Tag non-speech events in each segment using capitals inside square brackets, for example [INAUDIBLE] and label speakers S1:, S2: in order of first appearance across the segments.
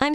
S1: I'm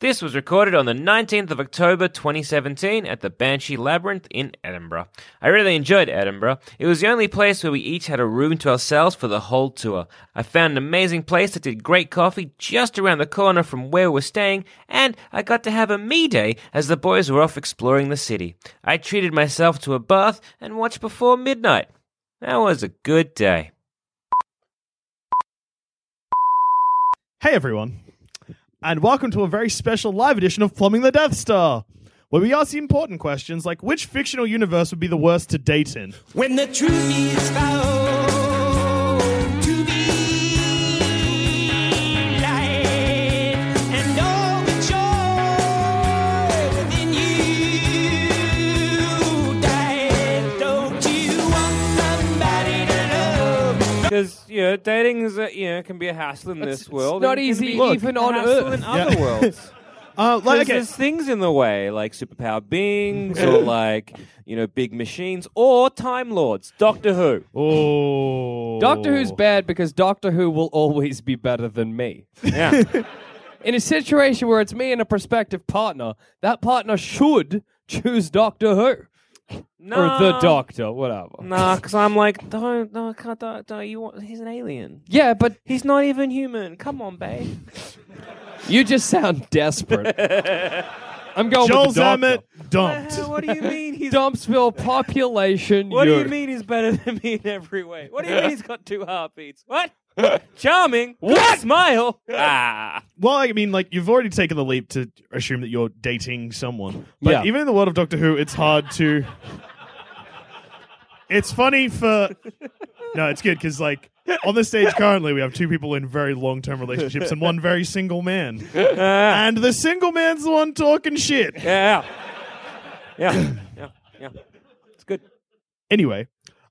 S2: This was recorded on the 19th of October 2017 at the Banshee Labyrinth in Edinburgh. I really enjoyed Edinburgh. It was the only place where we each had a room to ourselves for the whole tour. I found an amazing place that did great coffee just around the corner from where we were staying, and I got to have a me day as the boys were off exploring the city. I treated myself to a bath and watched before midnight. That was a good day.
S3: Hey everyone, and welcome to a very special live edition of Plumbing the Death Star, where we ask the important questions like which fictional universe would be the worst to date in?
S4: When the truth is found to be light and all the joy within you died, don't you want somebody to love?
S5: Because you know, dating is a, you know can be a hassle in this world. and
S6: not
S5: it can
S6: easy
S5: be a
S6: even on
S5: hassle
S6: Earth.
S5: In other
S6: [LAUGHS]
S5: worlds,
S3: Uh, like,
S5: 'Cause
S3: okay,
S5: there's things in the way, like superpower beings,
S3: [LAUGHS]
S5: or like you know, big machines, or time lords. Doctor Who.
S3: oh,
S6: Doctor Who's bad because Doctor Who will always be better than me.
S5: Yeah,
S6: In a situation where it's me and a prospective partner, that partner should choose Doctor Who
S5: nah,
S6: or the Doctor, whatever.
S5: Nah, because I'm like, don't, no, I can't, don't, don't. You want? He's an alien.
S6: Yeah, but
S5: He's not even human. Come on, babe.
S6: you just sound
S5: [LAUGHS]
S6: desperate. I'm going
S3: Joel
S6: with the Doctor.
S3: Zammit dumped.
S5: what
S6: [LAUGHS]
S5: do you mean he's?
S6: Dumpsville population.
S5: What do you
S6: unit.
S5: mean he's better than me in every way? What do you mean he's got two heartbeats?
S6: [LAUGHS]
S5: What? Charming.
S3: What?
S5: What? Smile. Ah.
S3: Well, I mean, like you've already taken the leap to assume that you're dating someone, but
S6: Yeah.
S3: even in the world of Doctor Who, it's hard to. It's funny for. No, it's good because like on the stage currently, we have two people in very long-term relationships and one very single man, and the single man's the one talking shit.
S5: Yeah. Yeah. Yeah. Yeah. It's good.
S3: Anyway,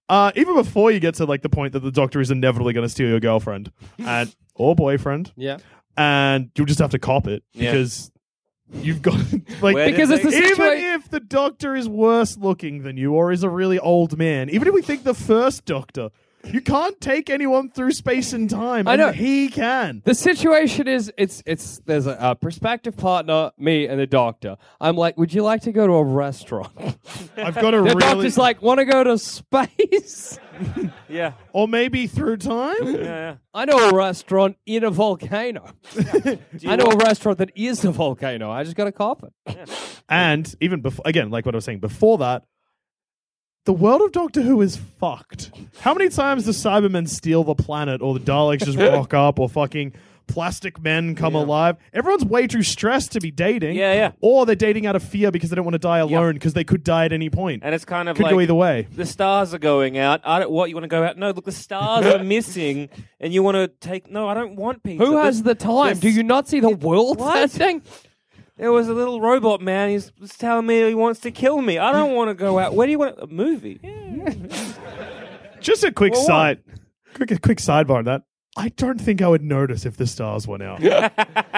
S3: uh, even before you get to like the point that the Doctor is inevitably going to steal your girlfriend and or boyfriend,
S6: Yeah.
S3: and you'll just have to cop it
S5: Yeah.
S3: because you've got [LAUGHS] like
S5: Where did
S6: Because it's
S5: they-
S6: the
S3: even
S6: situation.
S3: if the doctor is worse looking than you or is a really old man, even if we think the first doctor, you can't take anyone through space and time.
S6: I
S3: and
S6: know.
S3: he can.
S6: The situation is it's it's there's a, a prospective partner, me and the doctor. I'm like, would you like to go to a restaurant? [LAUGHS]
S3: I've got a
S6: The
S3: really
S6: doctor's like, want to go to space?
S5: Yeah.
S3: or maybe through time.
S5: Yeah.
S6: I know a restaurant in
S5: [LAUGHS]
S6: a volcano. I know a restaurant that is a volcano. I just got to cop it.
S3: and even before, again, like what I was saying before that, the world of Doctor Who is fucked. How many times the Cybermen steal the planet, or the Daleks
S5: [LAUGHS]
S3: just rock up, or fucking plastic men come alive? Everyone's way too stressed to be dating.
S5: Yeah, yeah.
S3: Or they're dating out of fear because they don't want to die alone because they could die at any point.
S5: And it's kind of
S3: could
S5: like
S3: go either way.
S5: the stars are going out. I don't. What you want to go out? No. Look, the stars are missing, and you want to take. No, I don't want pizza.
S6: Who has the time? Do you not see the world
S5: What?
S6: thing?
S5: There was a little robot man. He's was telling me he wants to kill me. I don't want to go out. Where do you want a movie? Yeah.
S3: Just a quick
S5: Well, what?
S3: side, quick, a quick sidebar on that. I don't think I would notice if the stars went out. [LAUGHS]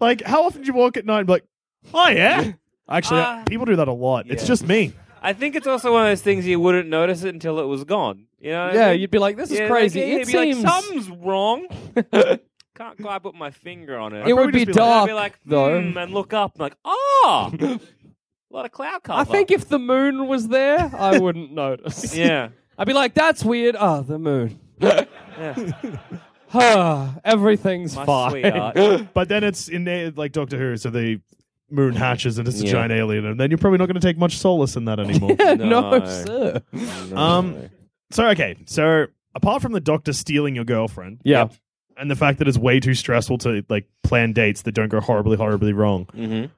S3: like, how often do you walk at night and be like, oh, yeah? Actually,
S5: Uh,
S3: people do that a lot. It's
S5: yeah.
S3: just me.
S5: I think it's also one of those things you wouldn't notice it until it was gone. You know? what I
S6: Yeah,
S5: mean?
S6: you'd be like, this is
S5: Yeah,
S6: crazy.
S5: Like, yeah,
S6: it
S5: you'd be
S6: seems
S5: like, something's
S6: [LAUGHS]
S5: wrong. Can't quite put my finger on it.
S6: it
S3: probably
S6: would be
S3: just be like-
S6: dark
S5: I'd be like,
S6: though.
S5: "Hmm," and look up, like, ah,
S6: [LAUGHS]
S5: a lot of cloud cover.
S6: I think if the moon was there, I wouldn't [LAUGHS] notice.
S5: yeah,
S6: I'd be like, that's weird. [LAUGHS] Ah, the moon. Everything's
S5: My
S6: [LAUGHS] fine.
S5: sweetheart.
S3: But then it's in a- like Doctor Who, so the moon hatches and it's a
S5: Yeah.
S3: giant alien, and then you're probably not going to take much solace in
S5: [LAUGHS]
S3: that anymore.
S6: no,
S5: No.
S6: sir.
S3: um, so okay, so apart from the Doctor stealing your girlfriend,
S6: Yeah.
S3: and the fact that it's way too stressful to like plan dates that don't go horribly, horribly wrong,
S5: Mhm.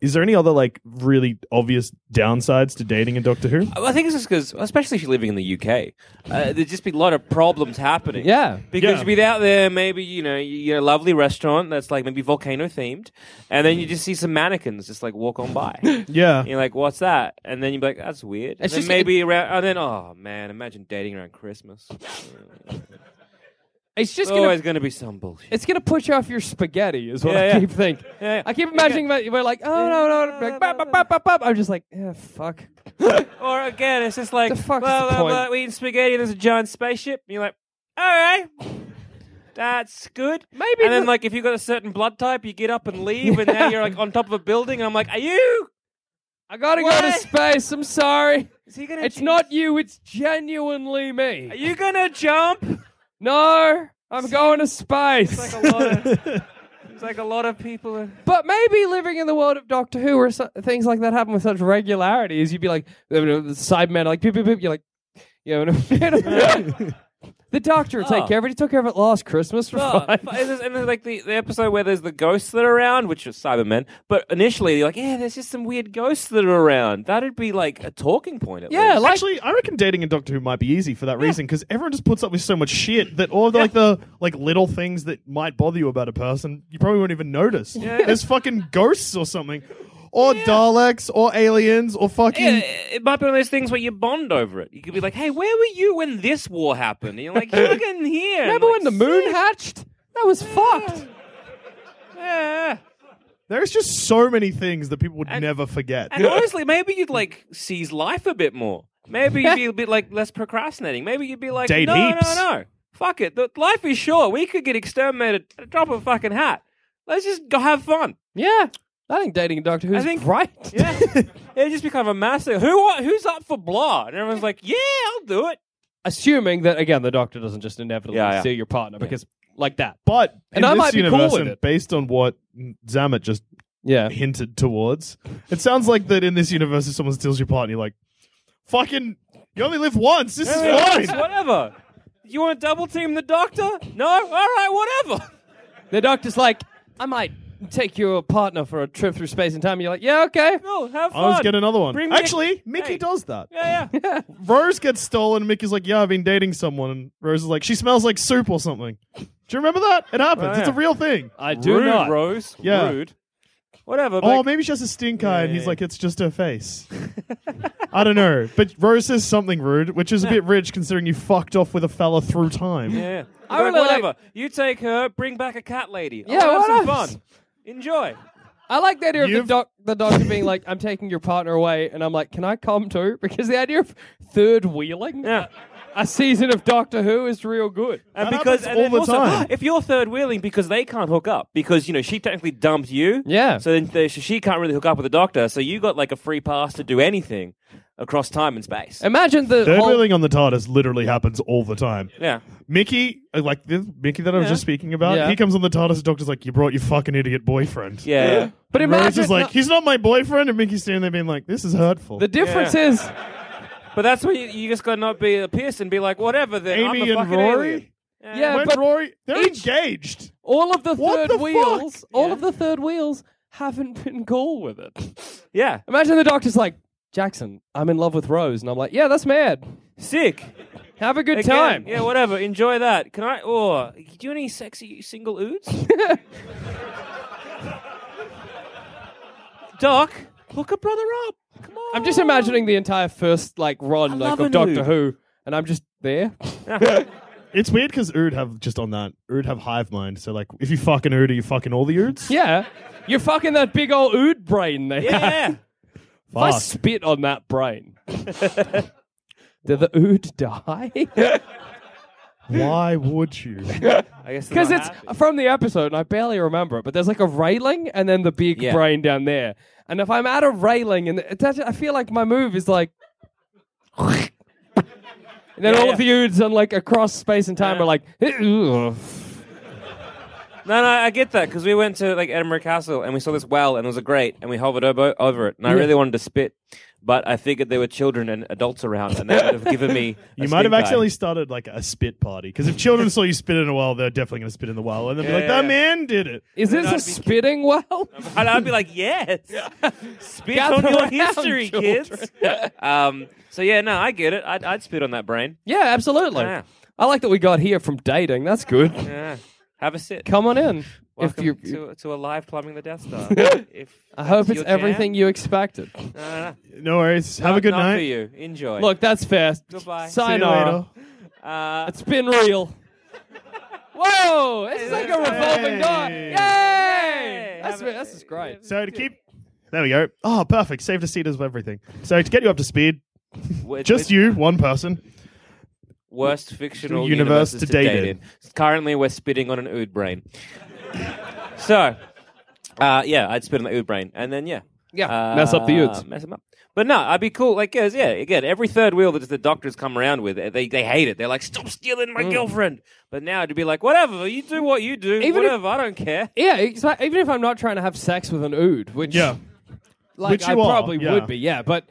S3: is there any other like really obvious downsides to dating in Doctor Who?
S5: I think it's just because, especially if you're living in the UK, uh, there'd just be a lot of problems happening.
S6: Yeah.
S5: Because
S3: Yeah.
S5: without there, maybe you know, you you know, lovely restaurant that's like maybe volcano themed, and then you
S6: Mm.
S5: just see some mannequins just like walk on
S6: [LAUGHS]
S5: by. And
S3: Yeah,
S5: you're like, what's that? And then you're like, that's weird. And
S6: It's
S5: then
S6: just-
S5: maybe around, and then oh man, imagine dating around Christmas.
S6: It's just
S5: It's
S6: gonna
S5: always going to be some bullshit.
S6: It's gonna push off your spaghetti, is what
S5: Yeah,
S6: I
S5: yeah.
S6: keep thinking.
S5: [LAUGHS] Yeah, yeah.
S6: I keep imagining that we're like, oh no, no, no, like, bop, bop, bop, bop, bop. I'm just like, yeah, fuck.
S5: Or again, it's just like,
S6: The fuck is
S5: blah,
S6: the
S5: blah,
S6: point?
S5: blah, we eating spaghetti, there's a giant spaceship. And you're like, all right, that's good.
S6: Maybe
S5: And then,
S6: the-
S5: like, if you've got a certain blood type, you get up and leave, and now you're like on top of a building. And I'm like, are you?
S6: I gotta go to
S5: What?
S6: space. I'm sorry.
S5: Is he gonna?
S6: It's
S5: ju-
S6: not you. It's genuinely
S5: Are
S6: me.
S5: you gonna jump?
S6: No, I'm going to space.
S5: It's like a lot [LAUGHS] of. It's like a lot of people. Are,
S6: [LAUGHS] But maybe living in the world of Doctor Who, where so- things like that happen with such regularity, is you'd be like, you know, the Sidemen, like, beep, beep, beep. You're like, you know,
S5: [LAUGHS]
S6: the Doctor will take
S5: Oh.
S6: care of it. He took care of it last Christmas. We're
S5: Oh,
S6: fine.
S5: fu- and there's, and there's like the, the episode where there's the ghosts that are around, which are Cybermen. But initially, you're like, yeah, there's just some weird ghosts that are around. That'd be like a talking point. At
S6: Yeah,
S5: least.
S6: like,
S3: Actually, I reckon dating in Doctor Who might be easy for that reason because everyone just puts up with so much shit that all the, like the like little things that might bother you about a person you probably won't even notice. There's fucking ghosts or something, or Daleks, or aliens, or fucking.
S5: Yeah, it might be one of those things where you bond over it. You could be like, "Hey, where were you when this war happened?" And you're like, "You were in [LAUGHS] here."
S6: remember
S5: And
S6: when the
S5: like,
S6: moon hatched? That was fucked.
S5: yeah.
S3: There's just so many things that people would
S5: And-
S3: never forget.
S5: And honestly, maybe you'd like seize life a bit more. Maybe you'd be a bit like less procrastinating. Maybe you'd be like,
S3: Date
S5: "No, no,
S3: heaps.
S5: no, fuck it. The, life is short. We could get exterminated. at a Drop of a fucking hat. Let's just go have fun."
S6: Yeah. I think dating a Doctor Who's
S5: I think-
S6: right.
S5: [LAUGHS] Yeah, it'd just be kind of a massive. Who wa- who's up for blah? And everyone's like, "Yeah, I'll do it."
S6: Assuming that, again, the Doctor doesn't just inevitably
S5: Yeah, yeah.
S6: see your partner because, like that.
S3: but in
S6: And I
S3: this
S6: might be cool
S3: universe,
S6: with
S3: and
S6: it.
S3: based on what Zamet just
S6: Yeah.
S3: hinted towards, it sounds like that in this universe, if someone steals your partner, you're like, fucking, you only live once. This is
S5: It's
S3: fine.
S5: whatever. You want to double team the doctor? No? All right, whatever.
S6: The Doctor's like, I might take your partner for a trip through space and time. And you're like, yeah, okay.
S5: No, have fun.
S3: I'll just get another one.
S5: Bring Mick-
S3: Actually, Mickey
S5: Hey.
S3: does that.
S5: Yeah,
S6: [LAUGHS]
S5: yeah.
S3: Rose gets stolen. and Mickey's like, "Yeah, I've been dating someone." And Rose is like, "She smells like soup or something." Do you remember that? It happens.
S5: yeah.
S3: It's a real thing.
S6: I do
S5: Rude,
S6: not.
S5: Rose.
S3: Yeah.
S5: Rude. Whatever.
S3: Oh,
S5: like-
S3: maybe she has a stink eye, and he's
S5: yeah.
S3: like, "It's just her face." I don't know, but Rose says something rude, which is a bit rich considering you fucked off with a fella through time.
S5: Yeah. yeah.
S6: I
S5: Like,
S6: really like-
S5: whatever. You take her. Bring back a cat lady. I'll
S6: Yeah,
S5: have
S6: what
S5: some
S6: else?
S5: fun. Enjoy.
S6: I like the idea of the,
S3: You've-
S6: doc- the Doctor being like, I'm taking your partner away. And I'm like, can I come too? Because the idea of third wheeling
S5: Yeah.
S6: a season of Doctor Who is real good.
S5: And
S3: That
S5: because
S3: happens
S5: and
S3: all
S5: then
S3: the
S5: also,
S3: time.
S5: [GASPS] if you're third wheeling because they can't hook up because you know she technically dumped you.
S6: Yeah.
S5: So then they, so she can't really hook up with the doctor. So you got like a free pass to do anything across time and space.
S6: Imagine the
S3: Third
S6: whole-
S3: wheeling on the TARDIS literally happens all the time.
S5: yeah.
S3: Mickey, uh, like this Mickey that I was just speaking about,
S6: Yeah.
S3: he comes on the TARDIS. The doctor's like, "You brought your fucking idiot boyfriend."
S5: Yeah. yeah.
S6: But
S3: And Rose
S6: imagine
S3: is like,
S6: no-
S3: "He's not my boyfriend," and Mickey's standing there being like, "This is hurtful."
S6: the difference is
S5: But that's where you, you just gotta not be a Pierce and be like, whatever. Then I'm
S3: Amy
S5: a
S3: and
S5: fucking
S3: Rory.
S5: alien.
S6: Yeah,
S3: when
S6: but
S3: Rory, they're
S6: each-
S3: engaged.
S6: all of the
S3: What
S6: third
S3: the fuck?
S6: wheels, all of the third wheels haven't been cool with it. [LAUGHS]
S5: Yeah,
S6: Imagine the doctor's like, Jackson, I'm in love with Rose, and I'm like, yeah, that's mad.
S5: sick.
S6: Have a good
S5: Again,
S6: time.
S5: Yeah, whatever. Enjoy that. Can I? Or do you any sexy single oods?
S3: [LAUGHS]
S5: Doc, hook a brother up. Come on.
S6: [LAUGHS] I'm just imagining the entire first like run like
S5: love
S6: of
S5: an
S6: Doctor
S5: ood.
S6: Who, and I'm just there. [LAUGHS]
S3: It's weird because Ood have just on that. Ood have hive mind. So like, if you fucking Ood, are you fucking all the Oods?
S6: Yeah, you're fucking that big old ood brain there.
S5: Yeah.
S6: [LAUGHS] If I
S3: Fuck.
S6: spit on that brain. [LAUGHS] Did the ood die? [LAUGHS]
S3: Why would you?
S5: I
S3: [LAUGHS]
S5: guess
S6: Because it's from the episode, and I barely remember it. But there's like a railing, and then the big
S5: Yeah.
S6: brain down there. And if I'm at a railing, and it's actually, I feel like my move is like, [LAUGHS] and then all
S5: yeah.
S6: [LAUGHS] of the dudes on like across space and time are like,
S5: No, no, I get that because we went to like Edinburgh Castle and we saw this well and it was a grate and we hovered over, over it and I really wanted to spit, but I figured there were children and adults around and that would have given
S6: [LAUGHS]
S5: me. a
S3: You might have
S5: stink eye.
S3: accidentally started like a spit party because if children saw you spit in a well, they're definitely going to spit in the well, and they'll be like, "That
S5: yeah.
S3: man did it."
S6: Is this a spitting well?
S5: And I'd be
S6: [LAUGHS]
S5: like, yes, [LAUGHS] spit
S6: Gather
S5: on your
S6: around,
S5: history,
S6: children.
S5: kids. [LAUGHS] um, so yeah, no, I get it. I'd, I'd spit on that brain.
S6: Yeah, absolutely.
S5: Yeah.
S6: I like that we got here from dating. That's good.
S5: Yeah. Have a sit.
S6: Come on in.
S5: Welcome
S6: if you,
S5: to, to a live plumbing the Death
S6: [LAUGHS]
S5: Star. if
S6: I hope it's
S5: your jam.
S6: everything you expected.
S5: No, no, no.
S3: No worries. Have a
S5: Not-
S3: good
S5: not for
S3: night.
S5: you. Enjoy.
S6: Look, that's fair.
S5: Goodbye.
S3: See you later.
S6: Sayonara.
S5: Uh,
S6: It's been real. Whoa! This is like a revolving door.
S3: Hey.
S6: Yay! That's, that's just great.
S3: So to keep, there we go. Oh, perfect. Saved us seaters of everything. So to get you up to speed,
S5: with-
S3: just you, one person.
S5: worst fictional universe,
S3: Universe
S5: to
S3: to date
S5: date,
S3: in.
S5: in. Currently, we're spitting on an ood brain. so, uh, yeah, I'd spit on the ood brain, and then yeah,
S6: Yeah,
S5: Uh,
S6: mess up the oods.
S5: mess 'em up. But no, I'd be cool. Like, 'cause, yeah, again, every third wheel that the doctors come around with, they they hate it. They're like, stop stealing
S6: Mm.
S5: my girlfriend. But now it'd be like, whatever, you do what you do,
S6: Even if-
S5: whatever, I don't care. [LAUGHS]
S6: Yeah, exa- even if I'm not trying to have sex with an ood, which
S3: Yeah.
S6: like
S3: Which
S6: I
S3: you are,
S6: probably
S3: yeah.
S6: would be, yeah. But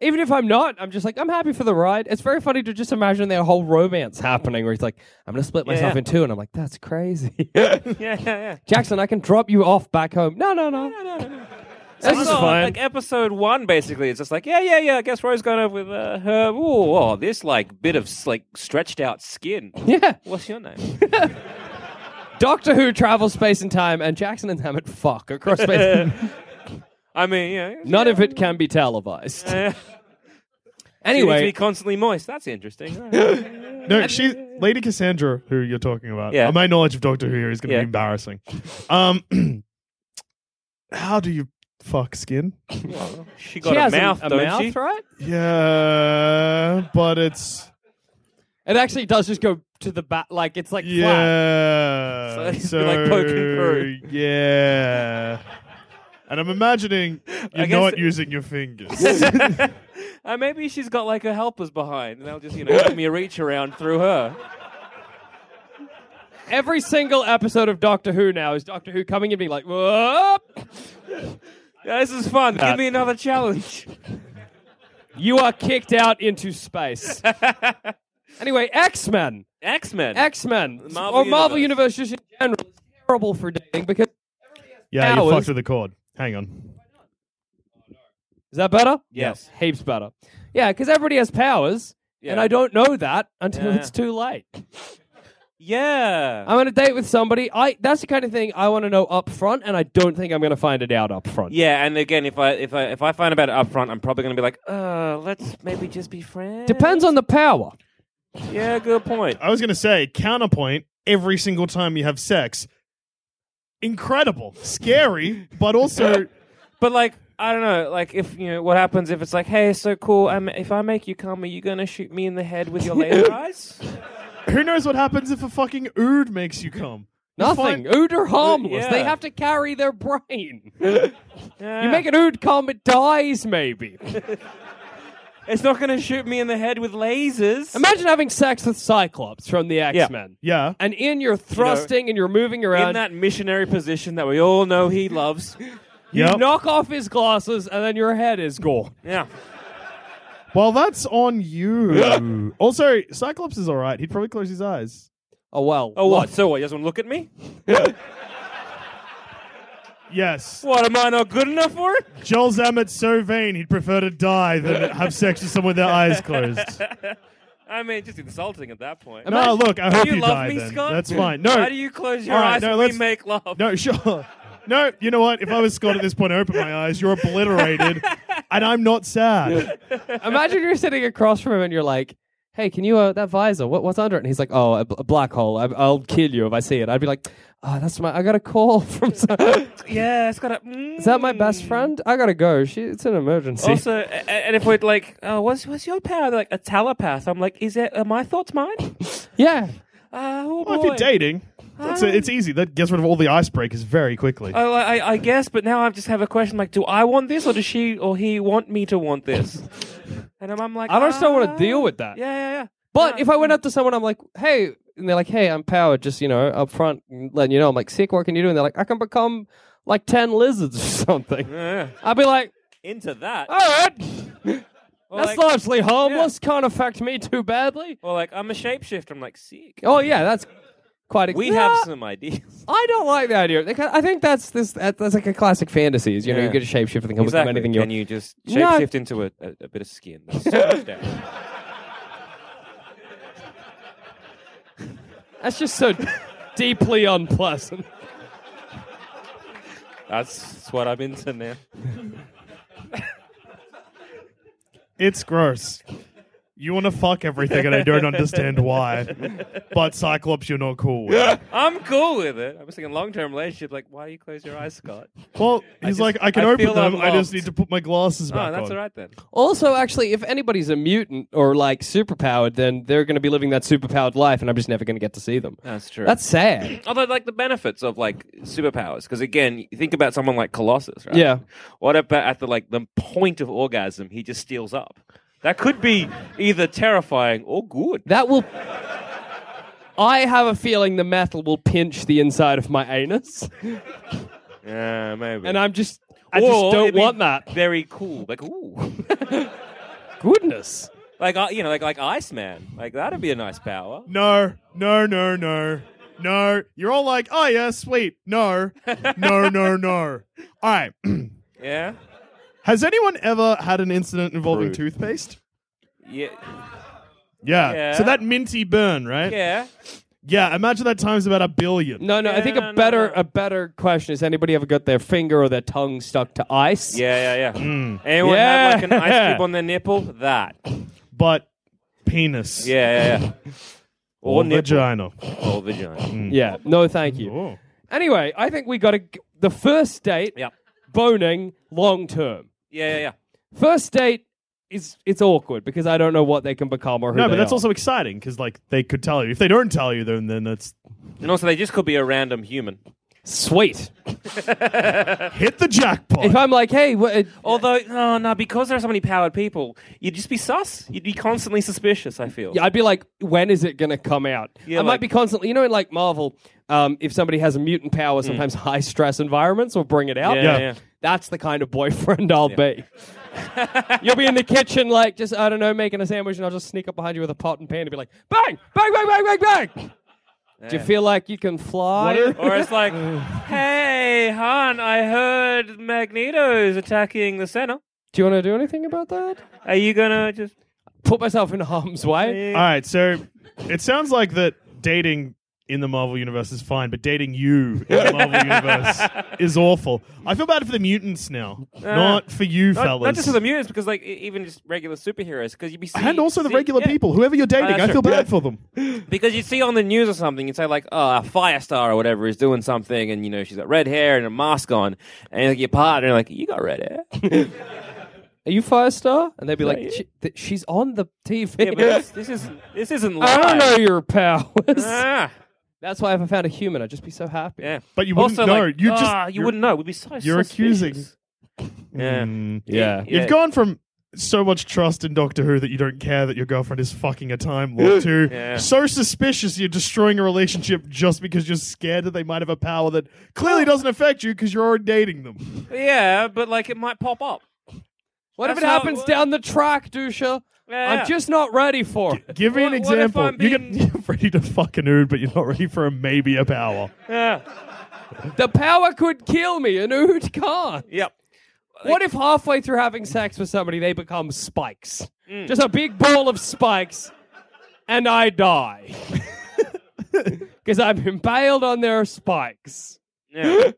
S6: even if I'm not, I'm just like I'm happy for the ride. It's very funny to just imagine their whole romance happening, where he's like, "I'm gonna split myself
S5: yeah.
S6: in two. and I'm like, "That's crazy." [LAUGHS]
S5: Yeah, yeah, yeah.
S6: Jackson, I can drop you off back home. No, no, no, no, no, no. This is
S5: So,
S6: fine.
S5: Like episode one, basically, it's just like, yeah, yeah, yeah. I guess Rose gone over with uh, her. Ooh, oh, this like bit of s- like stretched out
S6: [LAUGHS]
S5: skin.
S6: yeah,
S5: What's your
S6: [LAUGHS]
S5: name?
S6: Doctor Who travels space and time, and Jackson and Hammett fuck across space. [LAUGHS] and
S5: I mean, yeah.
S6: None of it can be televised.
S5: Yeah. You need to be
S6: [LAUGHS] Anyway,
S5: constantly moist. That's interesting.
S6: [LAUGHS]
S3: No, she, Lady Cassandra, who you're talking about.
S5: Yeah.
S3: Uh, My knowledge of Doctor Who here is going to
S5: Yeah.
S3: be embarrassing. Um, [CLEARS THROAT] how do you fuck skin?
S5: she
S6: she
S5: got a
S6: has
S5: mouth,
S6: a,
S5: don't
S6: mouth,
S5: she?
S6: right?
S3: Yeah, but it's
S6: It actually does just go to the back, like it's like flat.
S5: So [LAUGHS]
S3: yeah.
S5: it's been, like, poking through.
S3: Yeah. And
S5: [LAUGHS]
S3: I'm imagining you're
S5: guess
S3: not
S5: it-
S3: using your fingers.
S5: Uh, maybe she's got like her helpers behind, and they'll just you know give me a reach around through her.
S6: Every single episode of Doctor Who now is Doctor Who coming and being like, "Whoop!
S5: Yeah, this is fun. Give me another challenge. [LAUGHS]
S6: You are kicked out into
S5: [LAUGHS]
S6: space." anyway, X Men,
S5: X Men.
S6: X Men,
S5: Marvel
S6: or Marvel Universe
S5: Universe.
S6: just in general is terrible for dating because
S3: yeah, you
S6: Hours.
S3: fucked with the cord. Hang on.
S6: is that better?
S5: Yes.
S6: heaps better. Yeah, because everybody has powers, and
S5: Yeah.
S6: I don't know that until
S5: Yeah.
S6: it's too late.
S5: yeah.
S6: I'm on a date with somebody. I that's the kind of thing I want to know up front, and I don't think I'm going to find it out up front.
S5: yeah, and again, if I if I if I find about it up front, I'm probably gonna be like, uh, let's maybe just be friends.
S6: Depends on the power.
S5: Yeah, good point.
S3: I was going to say counterpoint every single time you have sex. Incredible, scary,
S5: [LAUGHS]
S3: but also
S5: But like, I don't know. Like, if you know, what happens if it's like, hey, so cool. I'm, if I make you come, are you gonna shoot me in the head
S6: [LAUGHS]
S5: with your laser eyes?
S3: who knows what happens if a fucking ood makes you come. You
S6: Nothing.
S3: find-
S6: Ood are harmless.
S5: Yeah.
S6: They have to carry their brain.
S5: Yeah.
S6: You make an ood calm, it dies, maybe.
S5: It's not gonna shoot me in the head with lasers.
S6: Imagine having sex with Cyclops from the X Men.
S3: Yeah.
S6: And in you're thrusting and you're moving
S5: in
S6: around.
S5: that missionary position that we all know he loves.
S3: Yep.
S6: knock off his glasses and then your head is gone.
S5: Yeah.
S3: Well, that's
S5: [LAUGHS]
S3: on you. also, Cyclops is all right. He'd probably close his eyes.
S6: Oh well.
S5: Oh, what? So what? He doesn't look at me?
S3: Yes.
S5: What? Am I not good enough for it?
S3: Joel Zammett's so vain he'd prefer to die than have sex with someone with their eyes closed.
S5: [LAUGHS] I mean, just insulting at that point.
S3: no, look, I hope
S5: do you,
S3: you
S5: love
S3: die
S5: me,
S3: then.
S5: Scott?
S3: That's fine. No,
S5: Why do you close your
S3: All right,
S5: eyes
S3: no,
S5: when
S3: let's-
S5: we make love?
S3: no, sure. No, you know what? If I was Scott at this point, I open my eyes. You're obliterated, and I'm not sad.
S6: Imagine you're sitting across from him and you're like, "Hey, can you uh, that visor? What, what's under it?" And he's like, "Oh, a, b- a black hole. I, I'll kill you if I see it." I'd be like, "Oh, that's my. I got a call [LAUGHS] from. Some, is
S5: Yeah, it's got a.
S6: that my
S5: Hmm.
S6: best friend? I gotta go. She. It's an emergency.
S5: Also, a- a- and if we're like, oh, what's what's your power? They're like a telepath. I'm like, is it? Are my thoughts mine?
S6: [LAUGHS] yeah.
S5: Uh, oh
S3: Well, if
S5: boy.
S3: you're dating, it's, it's easy. That gets rid of all the icebreakers very quickly.
S5: Oh, I, I- I guess, but now I just have a question like, do I want this, or does she or he want me to want
S6: [LAUGHS]
S5: this? And I'm, I'm like,
S6: I just don't want
S5: ah.
S6: to deal with that.
S5: Yeah, yeah, yeah.
S6: But if I went up to someone, I'm like, "Hey, and they're like, hey, I'm powered, just, you know, up front, letting you know. I'm like, sick, what can you do? And they're like, I can become like 10 lizards or [LAUGHS] something. I'd be like,
S5: Into that. [LAUGHS]
S6: all right. That's
S5: like-
S6: largely harmless. Can't affect me too badly.
S5: Or like, I'm a shapeshifter. I'm like, sick.
S6: Oh, yeah, that's quite Ah! a
S5: We
S6: Yeah,
S5: have some ideas.
S6: I don't like the idea. Like, I I think that's this. that- That's like a classic fantasy. Is you know
S5: Yeah.
S6: you get a shapeshifter and can become
S5: Exactly.
S6: anything
S5: Can
S6: you
S5: you,
S6: want.
S5: just
S6: No.
S5: shapeshift into a, a, a bit of [LAUGHS] skin? That's so much down.
S6: That's just so [LAUGHS] deeply unpleasant.
S5: That's, that's what I'm into now.
S3: It's gross. You want to fuck everything, and I don't understand why. But Cyclops, you're not cool. With.
S5: I'm cool with it. I was thinking long term relationship. Like, why do you close your eyes, Scott?
S3: Well, he's
S5: just-
S3: like, I can
S5: I
S3: open
S5: feel
S3: them. I
S5: unloved.
S3: just need to put my glasses back
S5: Oh, that's
S3: on.
S5: all right then.
S6: Also, actually, if anybody's a mutant or like superpowered, then they're going to be living that superpowered life, and I'm just never going to get to see them.
S5: That's true.
S6: That's sad.
S5: Although, like the benefits of like superpowers, because again, you think about someone like Colossus, right?
S6: Yeah.
S5: What about at the like the point of orgasm, he just steals up? That could be either terrifying or good.
S6: That will. I have a feeling the metal will pinch the inside of my anus,
S5: Yeah, maybe.
S6: and I'm just.
S5: Or
S6: I just don't
S5: it'd be
S6: want that.
S5: Very cool. Like ooh. [LAUGHS]
S6: Goodness.
S5: like uh, you know, like like Iceman. Like that'd be a nice power.
S3: No, no, no, no, no. You're all like, oh yeah, sweet. No, no, no, no. All right. [CLEARS THROAT]
S5: Yeah.
S3: Has anyone ever had an incident involving toothpaste?
S5: Yeah.
S3: Yeah.
S5: Yeah.
S3: So that minty burn, right?
S5: Yeah.
S3: Yeah, Imagine that times about a billion.
S6: No, no. I think
S5: No,
S6: a
S5: no,
S6: better
S5: no.
S6: a better question is: anybody ever got their finger or their tongue stuck to ice?
S5: Yeah, yeah, yeah.
S6: Hmm.
S5: Anyone have like an ice
S3: Yeah.
S5: cube on their nipple? That. Yeah,
S3: But penis.
S5: yeah, yeah.
S3: Or,
S5: Or nipple. [LAUGHS]
S3: vagina.
S5: Or vagina.
S6: Yeah. No, thank you.
S3: Oh.
S6: Anyway, I think we got to the first date.
S5: Yep.
S6: Boning long term.
S5: Yeah, yeah, yeah.
S6: First date is it's awkward because I don't know what they can become or who
S3: No,
S6: they
S3: but that's
S6: are.
S3: also exciting because like they could tell you. If they don't tell you, then then it's
S5: And also, they just could be a random human.
S6: sweet.
S3: hit the jackpot.
S6: If I'm like, hey, uh, what,
S5: Although, no, no, because there are so many powered people, you'd just be sus. You'd be constantly suspicious, I feel.
S6: Yeah, I'd be like, when is it going to come out?
S5: Yeah,
S6: I might
S5: like-
S6: be constantly, you know, in like Marvel, um, if somebody has a mutant power, sometimes high stress environments will bring it out.
S5: Yeah, Yeah. yeah.
S6: That's the kind of boyfriend I'll be. You'll be in the kitchen, like, just, I don't know, making a sandwich, and I'll just sneak up behind you with a pot and pan and be like, bang, bang, bang, bang, bang, bang. Do you feel like you can fly?
S5: Or it's like, hey, Han, I heard Magneto's attacking the center.
S6: do you want to do anything about that?
S5: Are you gonna just.
S6: Put myself in harm's way?
S3: All right, so it sounds like that dating in the Marvel universe is fine, but dating you in
S5: [LAUGHS]
S3: the Marvel universe is awful. I feel bad for the mutants now, not for you
S5: Uh, Not,
S3: fellas,
S5: not just for the mutants, because, like, e- even just regular superheroes, because you'd be. see-
S3: and also the
S5: see-
S3: regular
S5: yeah. Uh,
S3: people. Whoever you're dating,
S5: that's
S3: I feel
S5: true.
S3: bad for them.
S5: Because you see on the news or something, you'd say like, "Oh, a Firestar or whatever is doing something," and you know she's got red hair and a mask on, and like your partner, like, "You got red hair."
S6: Are you Firestar? And they'd be like, she, th- she's on the TV.
S5: [LAUGHS] Yeah, but this, this is this isn't. Live.
S6: [LAUGHS] I don't know your powers.
S5: Ah,
S6: That's why if I found a human, I'd just be so happy.
S5: yeah,
S3: But you wouldn't
S5: also,
S3: know.
S5: Like,
S3: You just-
S5: ah, you
S3: you're-
S5: wouldn't know. We'd be so.
S3: you're accusing-
S5: suspicious. Yeah.
S3: Mm.
S6: Yeah.
S5: Yeah.
S3: You've gone from so much trust in Doctor Who that you don't care that your girlfriend is fucking a time lord to
S5: Yeah.
S3: so suspicious you're destroying a relationship just because you're scared that they might have a power that clearly doesn't affect you because you're already dating them.
S5: Yeah, but like it might pop up.
S6: What if it
S5: That's how it
S6: happens
S5: works.
S6: down the track, Dusha?
S5: Yeah, yeah.
S6: I'm just not ready for it.
S3: Give me an
S5: What- what if
S3: example.
S5: I'm
S3: You get,
S5: being-
S3: you're [LAUGHS] ready to fuck a nude, but you're not ready for a maybe a power.
S5: Yeah.
S6: The power could kill me, and Ood can't.
S5: Yep.
S6: What if halfway through having sex with somebody, they become spikes?
S5: Mm.
S6: Just a big ball of spikes, and I die. [LAUGHS] Because I'm impaled on their spikes.
S5: Yeah.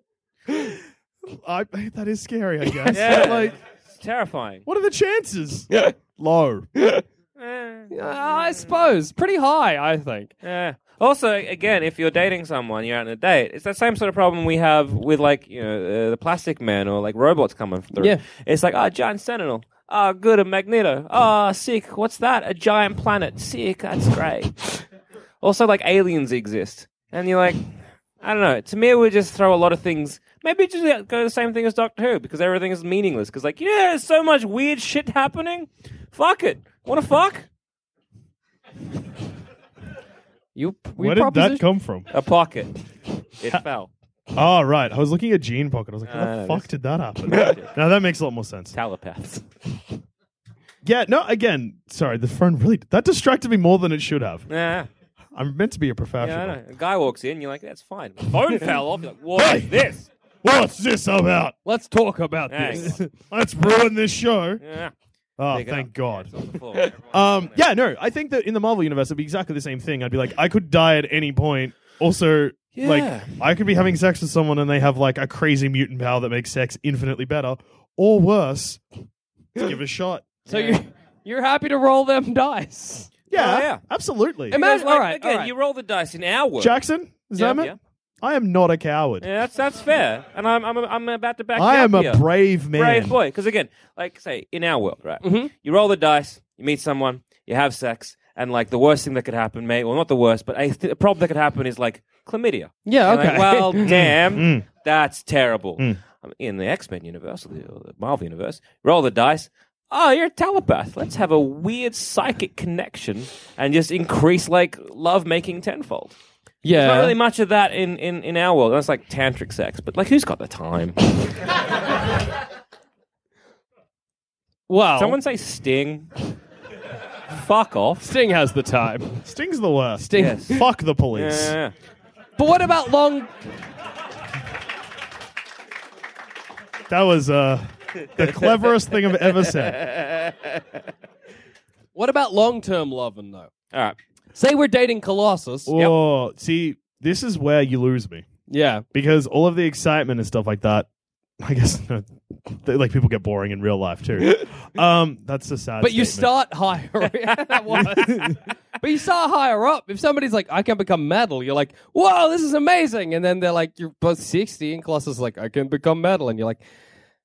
S3: I, that is scary, I
S5: [LAUGHS]
S3: guess.
S5: Yeah.
S3: Like,
S5: It's terrifying.
S3: what are the chances? Yeah. Low.
S5: Eh.
S6: Uh, I suppose. Pretty high, I think.
S5: Yeah. Also, again, if you're dating someone, you're out on a date. It's that same sort of problem we have with like you know uh, the Plastic Man or like robots coming through.
S6: Yeah.
S5: It's like ah, giant Sentinel. Ah, good a Magneto. Ah, sick. What's that? A giant planet. Sick. That's great. [LAUGHS] also, like aliens exist, and you're like, I don't know. To me, we just throw a lot of things. Maybe just uh, go the same thing as Doctor Who because everything is meaningless. Because like, yeah, there's so much weird shit happening. Fuck it. What a fuck.
S6: You, we
S3: Where did that
S6: proposition-
S3: come from?
S5: A pocket. It fell.
S3: Oh, right. I was looking at Gene Pocket. I was like, how
S5: Uh, no,
S3: the fuck did that happen?
S5: [LAUGHS]
S3: now that makes a lot more sense.
S5: Telepaths.
S3: Yeah, no, again, sorry, the phone really that distracted me more than it should have.
S5: Yeah.
S3: I'm meant to be a professional.
S5: Yeah, I know. A guy walks in, you're like, that's
S6: [LAUGHS]
S5: fine. My phone fell off. You're like, what
S3: Hey!
S5: is this?
S3: What's
S5: [LAUGHS]
S3: this about?
S6: Let's talk about
S5: Hey.
S6: this.
S3: Let's ruin this show.
S5: Yeah.
S3: Oh,
S5: Pick it
S3: thank
S5: up.
S3: God.
S5: It's on the [LAUGHS] floor. Everyone-
S3: Um, yeah, no, I think that in the Marvel universe, it'd be exactly the same thing. I'd be like, I could die at any point. Also, like,
S5: Yeah.
S3: I could be having sex with someone and they have like a crazy mutant power that makes sex infinitely better, or worse. Let's give it a shot.
S6: So you, you're happy to roll them dice.
S3: Yeah,
S5: Yeah, yeah.
S3: absolutely.
S6: Am I-
S5: Because,
S6: all right,
S5: again,
S6: all right.
S5: you roll the dice in our world.
S3: Jackson, is
S5: Yeah,
S3: that it?
S5: yeah.
S3: I am not a coward.
S5: Yeah, that's that's fair, and I'm I'm I'm about to back. you
S3: I
S5: up
S3: am a
S5: here.
S3: brave man.
S5: brave boy. Because again, like say in our world, right?
S6: Mm-hmm.
S5: You roll the dice, you meet someone, you have sex, and like the worst thing that could happen, may well not the worst, but a, th- a problem that could happen is like chlamydia.
S6: Yeah,
S5: You're like, [LAUGHS]
S6: okay. [LAUGHS] Mm.
S5: well, damn, that's terrible. Um, In the X Men universe, or the, or the Marvel universe, roll the dice. Oh, you're a telepath. Let's have a weird psychic connection and just increase like love making tenfold.
S6: Yeah.
S5: Not really much of that in, in, in our world. That's like tantric sex, but like who's got the time?
S6: Oh. Well,
S5: Someone say Sting. Fuck off.
S6: Sting has the time.
S3: Sting's the worst.
S6: Sting.
S5: Yes.
S3: Fuck the police.
S5: Yeah.
S6: But what about long?
S3: That was uh, the cleverest thing I've
S5: [LAUGHS]
S3: ever said.
S6: What about long-term loving though?
S5: All right.
S6: Say we're dating Colossus.
S3: Oh, see, this is where you lose me.
S6: Yeah.
S3: because all of the excitement and stuff like that, I guess, [LAUGHS] they- like people get boring in real
S5: [LAUGHS]
S3: life too. um, that's a sad.
S6: But you
S3: statement.
S6: start higher. [LAUGHS] Yeah, that was. but you start higher up. If somebody's like, "I can become metal," you're like, "Whoa, this is amazing!" And then they're like, "You're both 60," and Colossus is like, "I can become metal," and you're like,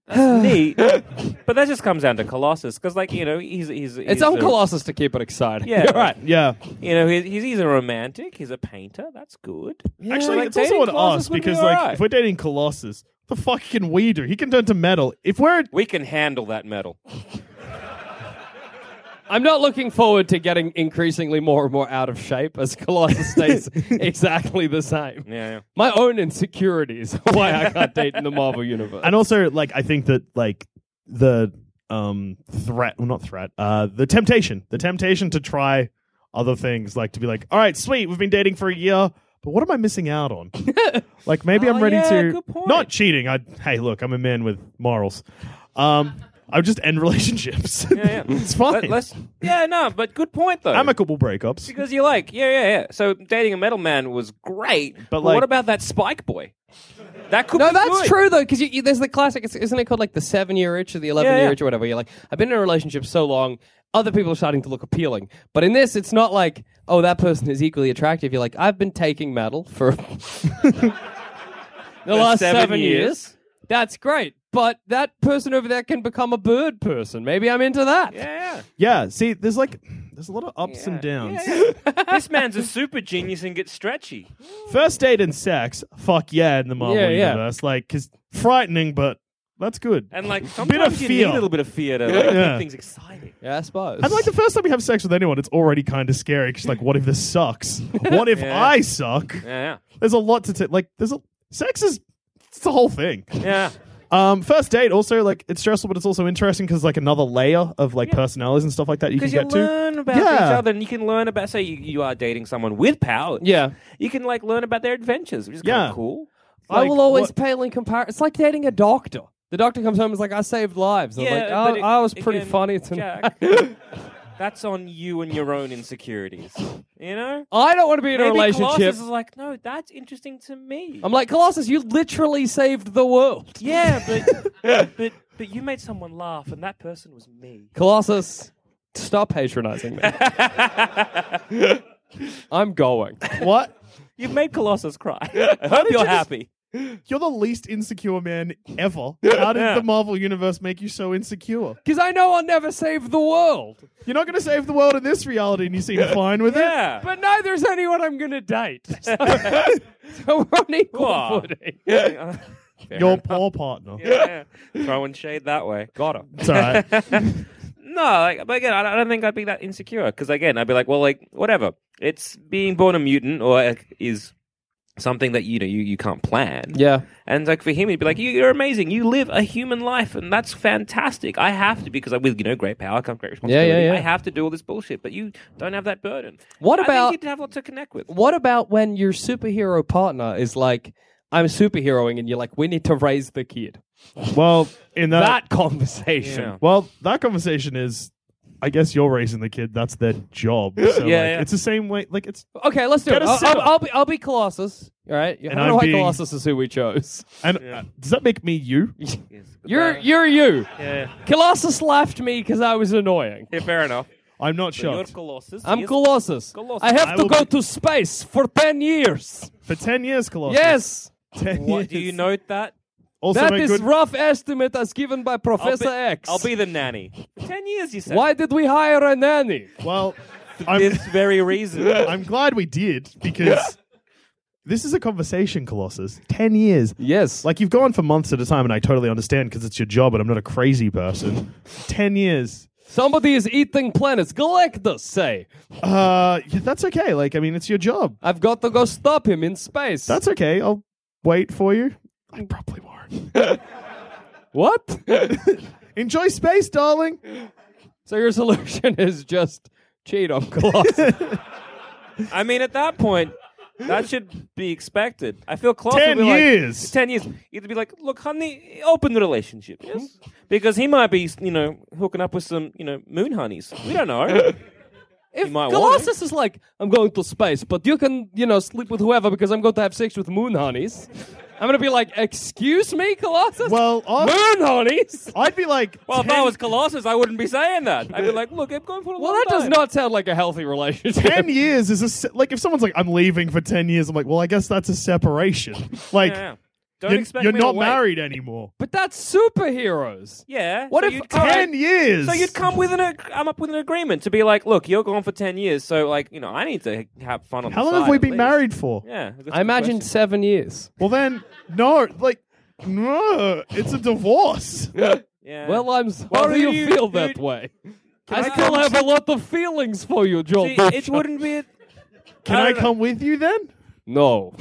S6: [SIGHS]
S5: Neat. but that just comes down to Colossus because, like, you know, he's he's, he's
S6: "It's on
S5: a-
S6: Colossus to keep it exciting."
S5: Yeah.
S6: [LAUGHS] You're right.
S3: Yeah,
S5: You know, he's, he's he's a romantic. He's a painter. That's good.
S3: actually,
S5: like,
S3: it's also
S5: dating
S3: on
S5: Colossus
S3: us
S5: would be
S3: because
S5: all
S3: like
S5: right.
S3: if we're dating Colossus, what the fuck can we do? He can turn to metal. If we're
S5: we can handle that metal.
S6: I'm not looking forward to getting increasingly more and more out of shape as
S5: [LAUGHS]
S6: Colossus stays exactly the same.
S5: Yeah. yeah.
S6: My own insecurities are why I can't date in the Marvel universe.
S3: and also like I think that like the um threat, well not threat, uh the temptation, the temptation to try other things, like to be like, all right, sweet, we've been dating for a year. But what am I missing
S5: [LAUGHS]
S3: out on? like maybe I'm
S5: Oh,
S3: ready
S5: yeah,
S3: to
S5: good point.
S3: not cheating. I hey, look, I'm a man with morals. Um, I would just end [LAUGHS] relationships.
S5: Yeah, yeah.
S3: [LAUGHS] it's fine.
S5: Let, us Yeah, no, but good point though.
S3: Amicable breakups.
S5: because you're like, yeah, yeah, yeah. So dating a metal man was great, but,
S3: like-
S5: what about that Spike Boy? That could
S6: No,
S5: be
S6: that's
S5: good.
S6: true though, because you, you, there's the classic. it's- Isn't it called like the seven-year itch or the eleven-year
S5: yeah.
S6: itch or whatever? You're like, I've been in a relationship so long, other people are starting to look appealing. But in this, it's not like, oh, that person is equally attractive. You're like, I've been taking metal for [LAUGHS] the last
S5: seven
S6: seven,
S5: years.
S6: years. That's great, but that person over there can become a bird person. Maybe I'm into that.
S5: Yeah,
S3: Yeah. See, there's like there's a lot of ups and downs.
S5: yeah. yeah. this man's a super genius and gets stretchy.
S3: First date and sex. Fuck yeah, in the Marvel
S6: Yeah, yeah.
S3: universe. Like, cause frightening, but that's good.
S5: And like sometimes
S3: of
S5: you
S3: fear.
S5: need a little bit of fear to like,
S3: Yeah.
S5: keep things exciting.
S6: Yeah, I suppose.
S3: And like the first time we have sex with anyone, it's already kind of scary. Cause like, what if this
S5: [LAUGHS]
S3: sucks? What if
S5: Yeah.
S3: I suck?
S5: Yeah,
S3: There's a lot to take. Like, there's a sex is it's the whole thing.
S5: yeah, yeah.
S3: Um, first date also like it's stressful, but it's also interesting because like another layer of like personalities and stuff like that you can
S5: Because you
S3: get to.
S5: learn about
S3: Yeah.
S5: each other, and you can learn about. Say you, you are dating someone with power.
S6: yeah.
S5: you can like learn about their adventures, which is kind
S3: Yeah.
S5: of cool.
S6: I
S3: Like,
S6: will always
S3: what-
S6: pale in comparison. It's like dating a doctor. The doctor comes home and is like, I saved lives. I'm like,
S5: but
S6: oh,
S5: it-
S6: I was pretty
S5: again,
S6: funny tonight.
S5: Jack, [LAUGHS] that's on you and your own insecurities. You know,
S6: I don't want to be in a
S5: maybe
S6: relationship.
S5: Colossus is like, no, that's interesting to me.
S6: I'm like, Colossus, you literally saved the world.
S5: yeah,
S6: [LAUGHS]
S5: but but but you made someone laugh, and that person was me.
S6: Colossus, stop patronizing me. [LAUGHS] I'm going.
S5: [LAUGHS]
S3: What?
S5: You've made Colossus
S6: [LAUGHS]
S5: cry. [LAUGHS] I hope
S3: did
S5: you're
S3: you just-
S5: happy.
S3: You're the least insecure man ever. How did
S5: Yeah.
S3: the Marvel universe make you so insecure?
S6: Because I know I'll never save the world.
S3: You're not going to save the world in this reality, and you seem fine with it.
S5: Yeah,
S6: But neither is anyone I'm going to date. [LAUGHS] So, so we're on equal
S5: Wow.
S6: footing.
S5: yeah.
S3: Your poor partner.
S5: [LAUGHS] yeah. throwing shade that way. Got him.
S3: It's all right.
S5: [LAUGHS] No, like, but again, I I don't think I'd be that insecure because again, I'd be like, well, like whatever. It's being born a mutant or uh, is something that you know you, you can't plan.
S6: Yeah.
S5: And like for him, he'd be like, "You- "You're amazing. You live a human life, and that's fantastic. I have to because I, with you know great power comes great responsibility.
S6: yeah.
S5: I have to do all this bullshit, but you don't have that burden.
S6: What
S5: I
S6: about-
S5: think you'd have a lot to connect with?
S6: What about when your superhero partner is like, I'm superheroing, and you're like, we need to raise the kid?
S3: Well, in that,
S6: that conversation.
S5: Yeah.
S3: well, that conversation is, I guess you're raising the kid. That's their job. So yeah, like,
S5: yeah.
S3: It's the same way. Like it's
S6: Okay, let's do
S3: Get a
S6: it. I'll, I'll,
S3: sitter.
S6: I'll be, I'll be Colossus. All right. I
S3: And
S6: don't
S3: I'm
S6: know why
S3: being-
S6: Colossus is who we chose.
S3: and uh, does that make me you?
S6: You're you're you. Colossus laughed me because I was annoying.
S5: Yeah, fair enough.
S3: I'm not
S5: You're
S3: shocked.
S5: Colossus.
S6: I'm
S5: Yes.
S6: Colossus.
S5: Colossus.
S6: I have
S3: I
S6: to
S3: will
S6: go
S3: be-
S6: to space for ten years.
S3: For ten years, Colossus. [LAUGHS]
S6: Yes.
S3: 10
S5: What, do
S3: years.
S5: you note that?
S3: Also,
S6: That
S3: my
S6: is
S3: good-
S6: rough estimate as given by Professor
S5: I'll be,
S6: X.
S5: I'll be the nanny. For Ten years, you said.
S6: Why did we hire a nanny?
S3: Well, I'm,
S5: This very
S6: [LAUGHS]
S5: reason.
S3: I'm glad we did
S5: [LAUGHS]
S3: because this is a conversation, Colossus. Ten years.
S6: Yes.
S3: Like you've gone for months at a time, and I totally understand because it's your job, and I'm not a crazy person. Ten years.
S6: Somebody is eating planets. Galactus say,
S3: Uh, yeah, that's okay. Like, I mean, it's your job.
S6: I've got to go stop him in space.
S3: That's okay. I'll wait for you. I probably won't.
S6: what? [LAUGHS]
S3: Enjoy space, darling.
S6: so your solution is just cheat on Colossus.
S5: I mean, at that point, that should be expected. I feel Colossus.
S3: Ten
S5: would be like-
S3: years.
S5: ten years. You'd be like, look, honey, open the relationship,
S3: Hmm?
S5: yes, because he might be, you know, hooking up with some, you know, moon honeys. We don't
S3: [LAUGHS]
S5: know.
S6: if
S5: might want
S6: Colossus is like, I'm going to space, but you can, you know, sleep with whoever because I'm going to have sex with moon honeys. I'm gonna be like, excuse me, Colossus?
S3: Well, I-
S6: moon honeys?
S3: I'd be like,
S5: [LAUGHS] well, if I
S3: ten-
S5: was Colossus, I wouldn't be saying that. I'd be like, look, I'm going for a
S6: Well,
S5: long
S6: that does
S5: time.
S6: not sound like a healthy relationship.
S3: ten years is a se- like if someone's like, I'm leaving for ten years. I'm like, well, I guess that's
S5: [LAUGHS]
S3: a separation. Like,
S5: Yeah. Don't
S3: you're,
S5: expect
S3: you're
S5: me to
S3: not
S5: wait.
S3: married anymore.
S6: but that's superheroes.
S5: Yeah.
S6: What
S5: so
S6: if-
S5: you'd come-
S3: [LAUGHS] Ten years.
S5: So you'd come with an ag- I'm up with an agreement to be like, look, you're gone for ten years, so like, you know, I need to have fun on.
S3: How
S5: the
S3: long have
S5: side
S3: we
S5: at
S3: been
S5: least.
S3: married for?
S5: Yeah, that's a
S6: I
S5: good
S6: imagine
S5: question.
S6: seven years.
S3: Well, then, no, like, no, it's a divorce.
S5: Yeah.
S6: Well, I'm sorry
S5: who
S6: you,
S5: do you-
S6: feel
S5: who-
S6: that way. I,
S5: I
S6: still
S5: come
S6: have a lot of feelings for you, Joel.
S5: See, it
S6: [LAUGHS] Dusha.
S5: wouldn't be. A,
S3: Can
S5: I
S3: I,
S5: don't know.
S3: come with you then?
S6: No.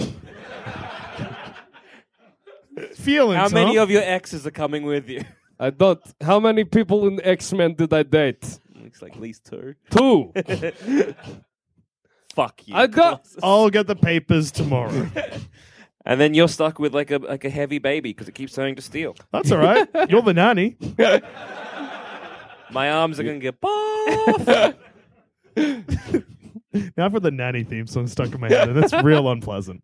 S3: Feelings.
S5: how many
S3: huh?
S5: of your exes are coming with you? [LAUGHS]
S6: I don't. How many people in X Men did I date?
S5: Looks like at least two. [LAUGHS]
S6: Two.
S5: Fuck you.
S6: I got.
S3: I'll get the papers tomorrow.
S5: And then you're stuck with like a like a heavy baby because it keeps turning to steel.
S3: That's all right. You're the nanny.
S5: My arms are gonna get
S6: [LAUGHS]
S5: buff.
S3: Now I've got the nanny theme song stuck in my head, and it's real unpleasant.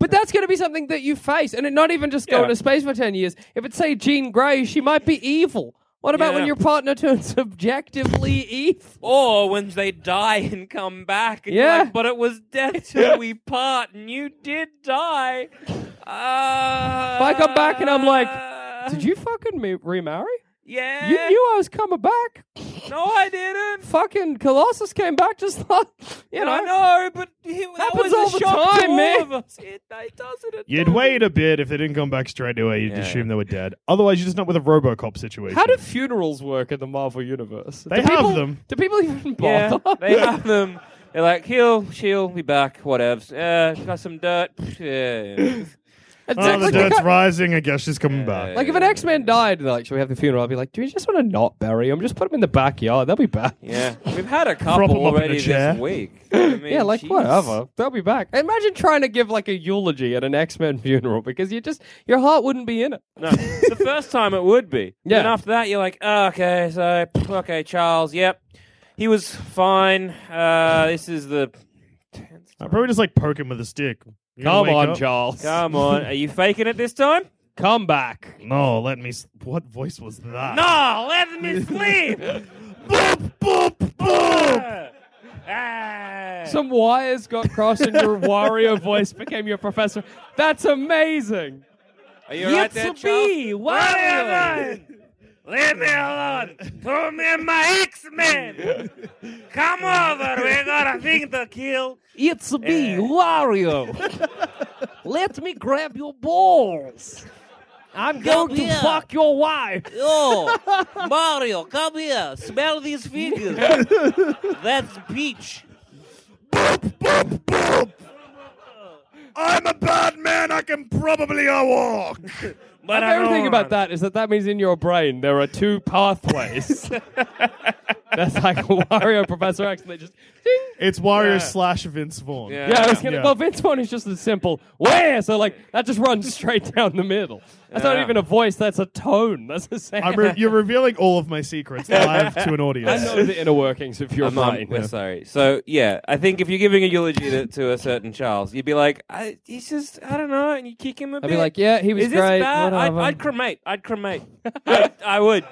S6: But that's going to be something that you face, and it not even just going
S5: Yeah.
S6: to space for ten years. If it's say Jean Grey, she might be evil. What about when
S5: Yeah.
S6: your partner turns [LAUGHS] objectively evil?
S5: or when they die and come back. And you're
S6: Yeah.
S5: like, but it was death till
S6: [LAUGHS]
S5: we part, and you did die. Uh, if I
S6: come back and I'm like, Did you fucking me- remarry?
S5: Uh, Yeah.
S6: You knew I was coming back.
S5: No, I didn't.
S6: Fucking Colossus came back just [LAUGHS] like you know.
S5: I know, but it that was
S6: Happens
S5: a
S6: all the
S5: shock to
S6: time,
S5: all
S6: man.
S5: of us. It, it doesn't. It
S3: You'd
S5: doesn't.
S3: wait a bit if they didn't come back straight away. You'd
S5: Yeah.
S3: assume they were dead. Otherwise, you're just not with a RoboCop situation.
S6: How do funerals work in the Marvel universe?
S3: They
S6: do
S3: have
S6: people,
S3: them.
S6: Do people even
S5: Yeah,
S3: [LAUGHS]
S6: bother?
S5: they have them. They're like, he'll, she'll be back, whatevs. Uh, got some dirt. Yeah.
S6: [LAUGHS] It's
S3: oh, the
S6: like, [LAUGHS]
S3: dirt's rising. I guess she's coming
S5: Yeah.
S3: back.
S6: like if an X Man died, they're like, should we have the funeral? I'd be like, do we just want to not bury him? Just put him in the backyard. They'll be back.
S5: Yeah, we've had a
S3: Prop 'em up in
S5: couple
S3: a
S5: already
S3: chair.
S5: this week.
S3: [LAUGHS]
S5: I mean,
S6: Yeah, like
S5: jeez.
S6: whatever. They'll be back. Imagine trying to give like a eulogy at an X Men funeral because you just your heart wouldn't be in it.
S5: No, the first time it would be.
S6: Yeah.
S5: And after that, you're like, oh, okay, so okay, Charles. Yep, he was fine. Uh, this is the.
S3: I'd probably just like poke him with a stick. You gonna
S6: Come
S3: wake
S6: on,
S3: up?
S6: Charles.
S5: Come on, are you faking it this time?
S6: Come back.
S3: No, let me. s- What voice was that?
S5: No, Oh, let me sleep.
S3: Boop, boop, boop.
S5: Ah.
S6: Some wires got crossed and your Wario voice became your professor. That's amazing.
S5: Are you right there, Charles?
S6: Wario.
S5: Leave me alone. Throw me in my X Men. Come over. We got a thing to kill.
S6: It's me, Wario. Let me grab your balls. I'm going to fuck your wife.
S5: Yo, Mario, come here. Smell these fingers. That's peach.
S3: boop, boop, boop. I'm a bad man. I can probably a walk.
S6: The
S3: But I
S6: favorite thing
S3: don't
S6: about
S3: run.
S6: that is that that means in your brain there are two [LAUGHS] pathways. That's like Wario Professor X, and they just ding.
S3: It's Wario slash Vince Vaughn.
S6: Yeah, I was gonna.
S3: Yeah.
S6: Well, Vince Vaughn is just a simple where, so like that just runs straight down the middle. That's not even a voice. That's a tone. That's a sound.
S3: I'm re- you're revealing all of my secrets live to an audience.
S6: I know the inner workings of your
S5: I'm um, uh, not-
S6: mind.
S5: we're sorry. So yeah, I think if you're giving a eulogy to, to a certain Charles, you'd be like, I, he's just, I don't know, and you kick him a
S6: I'd
S5: bit.
S6: be like, yeah, he was
S5: Is this
S6: great.
S5: bad? I'd,
S6: whatever.
S5: I'd cremate. I'd cremate. I, I would.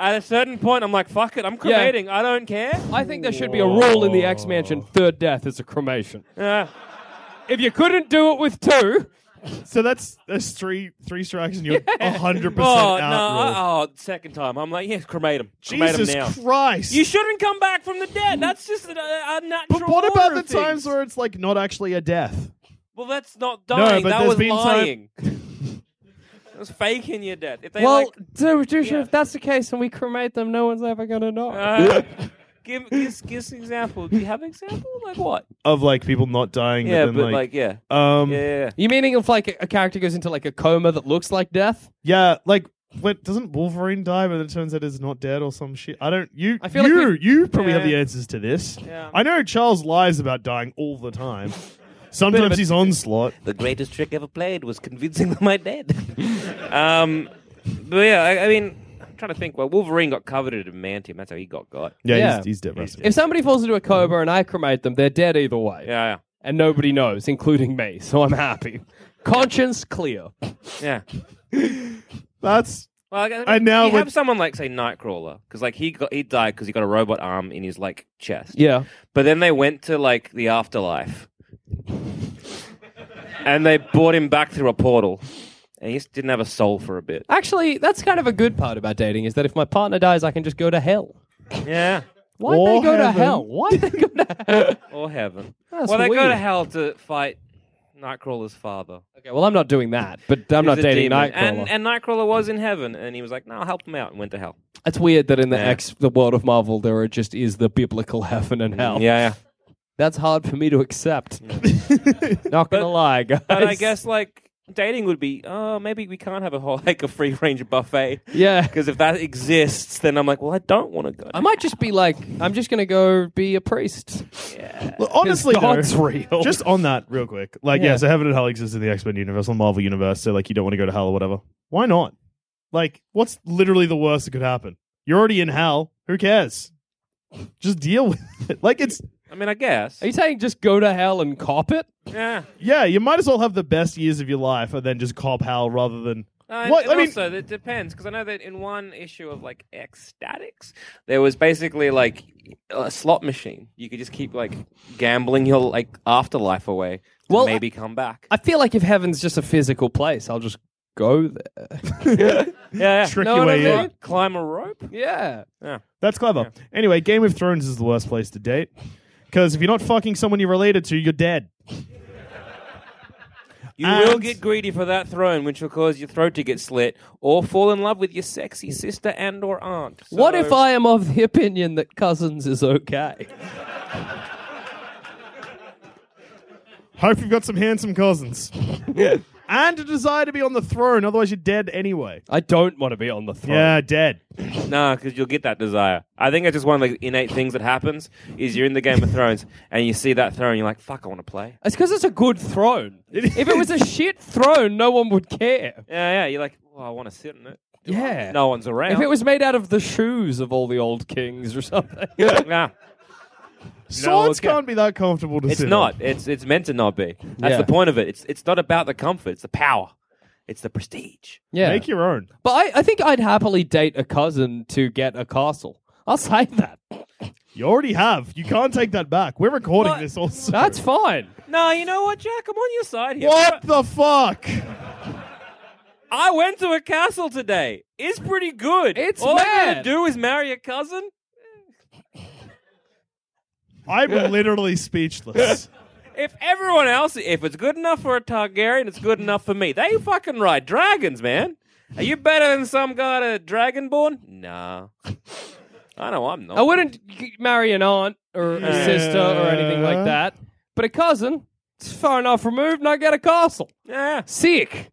S5: At a certain point, I'm like, fuck it, I'm cremating. I don't
S6: [LAUGHS]
S5: care.
S6: I think there should be a rule in the X Mansion: third death is a cremation.
S5: Yeah.
S6: If you couldn't do it with two,
S3: So that's that's three three strikes and you're hundred
S5: [LAUGHS] oh
S3: percent
S5: no!
S3: out. Rory.
S5: I, oh, second time. I'm like, yes, cremate him. Cremate
S3: Jesus
S5: him now.
S3: Christ!
S5: You shouldn't come back from the dead. That's just an, uh, unnatural.
S3: but what
S5: order
S3: about the
S5: of
S3: times
S5: things.
S3: where it's like not actually a death?
S5: Well, that's not dying.
S3: but
S5: that
S3: there's
S5: was
S3: been time-
S5: lying. [LAUGHS] that was faking your death. If they
S6: well,
S5: like,
S6: do, do,
S5: yeah.
S6: if that's the case, and we cremate them, no one's ever gonna
S3: [LAUGHS]
S6: know.
S5: uh, give, give, give us an example. Do you have an example? Like what?
S3: Of like people not dying.
S5: Yeah,
S3: but
S5: but
S3: then,
S5: like,
S3: like,
S5: yeah.
S3: um,
S5: yeah,
S3: yeah.
S5: yeah, yeah.
S6: you meaning if like a character goes into like a coma that looks like death?
S3: like what doesn't Wolverine die, but it turns out it's not dead or some shit? I don't. You,
S6: I feel like
S3: you,
S6: we-
S3: you probably have
S5: Yeah.
S3: the answers to this.
S5: Yeah.
S3: I know Charles lies about dying all
S5: [LAUGHS]
S3: the time. Sometimes he's on slot.
S5: The greatest trick ever played was convincing them I dead. [LAUGHS] um, but yeah, I, I mean, I'm trying to think. Well, Wolverine got coveted in adamantium. That's how he got got.
S3: Yeah,
S6: Yeah.
S3: He's, he's dead. Russ.
S6: If somebody falls into a coma and I cremate them, they're dead either way.
S5: Yeah,
S6: And nobody knows, including me, so I'm happy. Conscience clear.
S5: yeah, yeah.
S3: That's
S5: Well, I, I
S3: And now
S5: now you
S3: with-
S5: have someone like say Nightcrawler because like he got he died because he got a robot arm in his like chest.
S6: Yeah.
S5: But then they went to like the afterlife, and they brought him back through a portal, and he just didn't have a soul for a bit.
S6: Actually, that's kind of a good part about dating is that if my partner dies, I can just go to hell.
S5: Yeah,
S6: Why'd
S3: Or
S6: they go to
S3: heaven.
S6: hell? Why'd they go to hell?
S5: or heaven.
S6: That's
S5: well, they go
S6: weird.
S5: to hell to fight Nightcrawler's father.
S6: okay, well, I'm not doing that, but I'm
S5: He's
S6: not
S5: a
S6: dating
S5: demon.
S6: Nightcrawler.
S5: And, and Nightcrawler was in heaven, and he was like, "No, I'll help him out," and went to hell.
S6: it's weird that in the
S5: Yeah.
S6: X, the world of Marvel, there are just is the biblical heaven and hell.
S5: Yeah,
S6: That's hard for me to accept. [LAUGHS] not gonna lie, guys.
S5: Mm. but I guess like dating would be, oh, maybe we can't have a whole [LAUGHS] like a free range buffet
S6: yeah.
S5: because if that exists, then I'm like, well, I don't want to go.
S6: I might just be like, I'm just gonna go be a priest.
S3: Well, honestly,
S6: God's
S3: though,
S6: real.
S3: Just on that, real quick. Like, yeah.
S6: Yeah.
S3: so heaven and hell exists in the X Men universe, on Marvel universe. So, like, you don't want to go to hell or whatever. Why not? Like, what's literally the worst that could happen? You're already in hell. Who cares? Just deal with [LAUGHS] it. Like, it's
S5: I mean, I guess.
S6: Are you saying just go to hell and cop it?
S5: Yeah.
S3: yeah. You might as well have the best years of your life and then just cop hell rather than
S5: Uh,
S3: What?
S5: And
S3: I mean-
S5: also, it depends because I know that in one issue of like ecstatics, there was basically like a slot machine. You could just keep like gambling your like afterlife away. To
S6: Well,
S5: maybe come back.
S6: I feel like if heaven's just a physical place, I'll just go there.
S5: yeah,
S3: trick
S6: No,
S3: your
S6: no,
S3: way
S6: no.
S3: in.
S5: Climb a rope.
S6: yeah.
S3: That's clever. Anyway, Game of Thrones is the worst place to date because if you're not fucking someone you're related to, you're dead.
S5: You
S3: And-
S5: will get greedy for that throne, which will cause your throat to get slit, or fall in love with your sexy sister and or aunt. So-
S6: What if I am of the opinion that cousins is okay?
S3: Hope you've got some handsome cousins. [LAUGHS] and a desire to be on the throne, otherwise you're dead anyway.
S6: I don't want to be on the throne.
S3: Yeah, dead.
S5: No, because you'll get that desire. I think it's just one of the innate things that happens is you're in the Game of Thrones and you see that throne, you're like, "Fuck, I want to play."
S6: It's because it's a good throne. if it was a shit throne, no one would care.
S5: Yeah, yeah. You're like, "Oh, I want to sit in it." Do I?"
S6: Yeah.
S5: No one's around.
S6: If it was made out of the shoes of all the old kings or something.
S5: [LAUGHS] Nah,
S3: Swords
S5: okay.
S3: can't be that comfortable to
S5: it's
S3: sit
S5: not.
S3: on.
S5: It's it's meant to not be. That's
S6: Yeah.
S5: the point of it. It's it's not about the comfort. It's the power. It's the prestige.
S6: [LAUGHS] yeah.
S3: Make your own.
S6: but I, I think I'd happily date a cousin to get a castle. I'll say that.
S3: You already have. You can't take that back. We're recording
S5: What?
S3: this also.
S6: That's fine.
S5: No, you know what, Jack? I'm on your side here.
S3: [LAUGHS] what the fuck?
S5: I went to a castle today. It's pretty good.
S6: It's
S5: all I'm gonna
S6: mad.
S5: do is marry a cousin.
S3: I'm literally speechless.
S5: If everyone else, if it's good enough for a Targaryen, it's good enough for me. They fucking ride dragons, man. Are you better than some guy at a dragonborn? Nah. I know I'm not.
S6: I wouldn't g- marry an aunt or a
S3: Yeah.
S6: sister or anything like that. But a cousin, it's far enough removed, and I get a castle.
S5: yeah.
S6: Sick.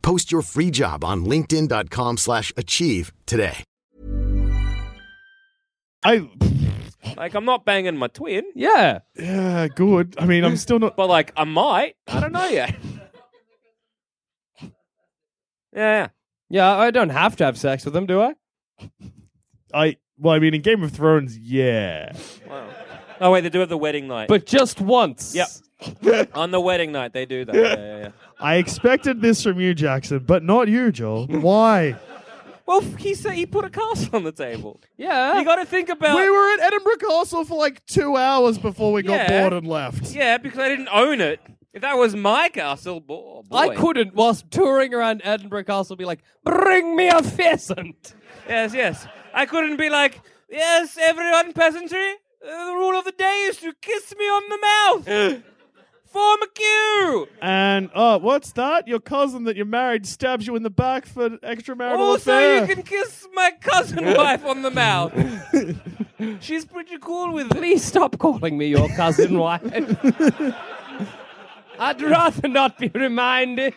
S7: Post your free job on linkedin.com/achieve slash achieve today.
S3: I
S5: Like I'm not banging my twin,
S6: Yeah.
S3: yeah, good. I mean, I'm still not.
S5: but like I might. I don't know yet. yeah.
S6: Yeah, I don't have to have sex with them, do I?
S3: I well, I mean, in Game of Thrones, yeah.
S5: Wow. Oh wait, they do have the wedding night.
S6: But just once.
S5: Yep. on the wedding night they do that. Yeah, yeah, yeah.
S3: I expected this from you, Jackson, but not you, Joel. Why?
S5: Well, f- he said he put a castle on the table.
S6: Yeah.
S5: You got to think about.
S3: we were at Edinburgh Castle for like two hours before we got
S5: Yeah.
S3: bored and left.
S5: yeah, because I didn't own it. If that was my castle, bo- boy.
S6: I couldn't, whilst touring around Edinburgh Castle, be like, bring me a pheasant.
S5: Yes, yes. I couldn't be like, yes, everyone, peasantry. Uh, the rule of the day is to kiss me on [LAUGHS] the mouth. Form a queue.
S3: And oh, what's that? Your cousin that you married stabs you in the back for an extramarital
S5: Also,
S3: affair.
S5: Oh, you can kiss my [LAUGHS] cousin wife on the [LAUGHS] mouth. She's pretty cool with it.
S6: Please stop calling me your cousin [LAUGHS] wife. I'd rather not be reminded.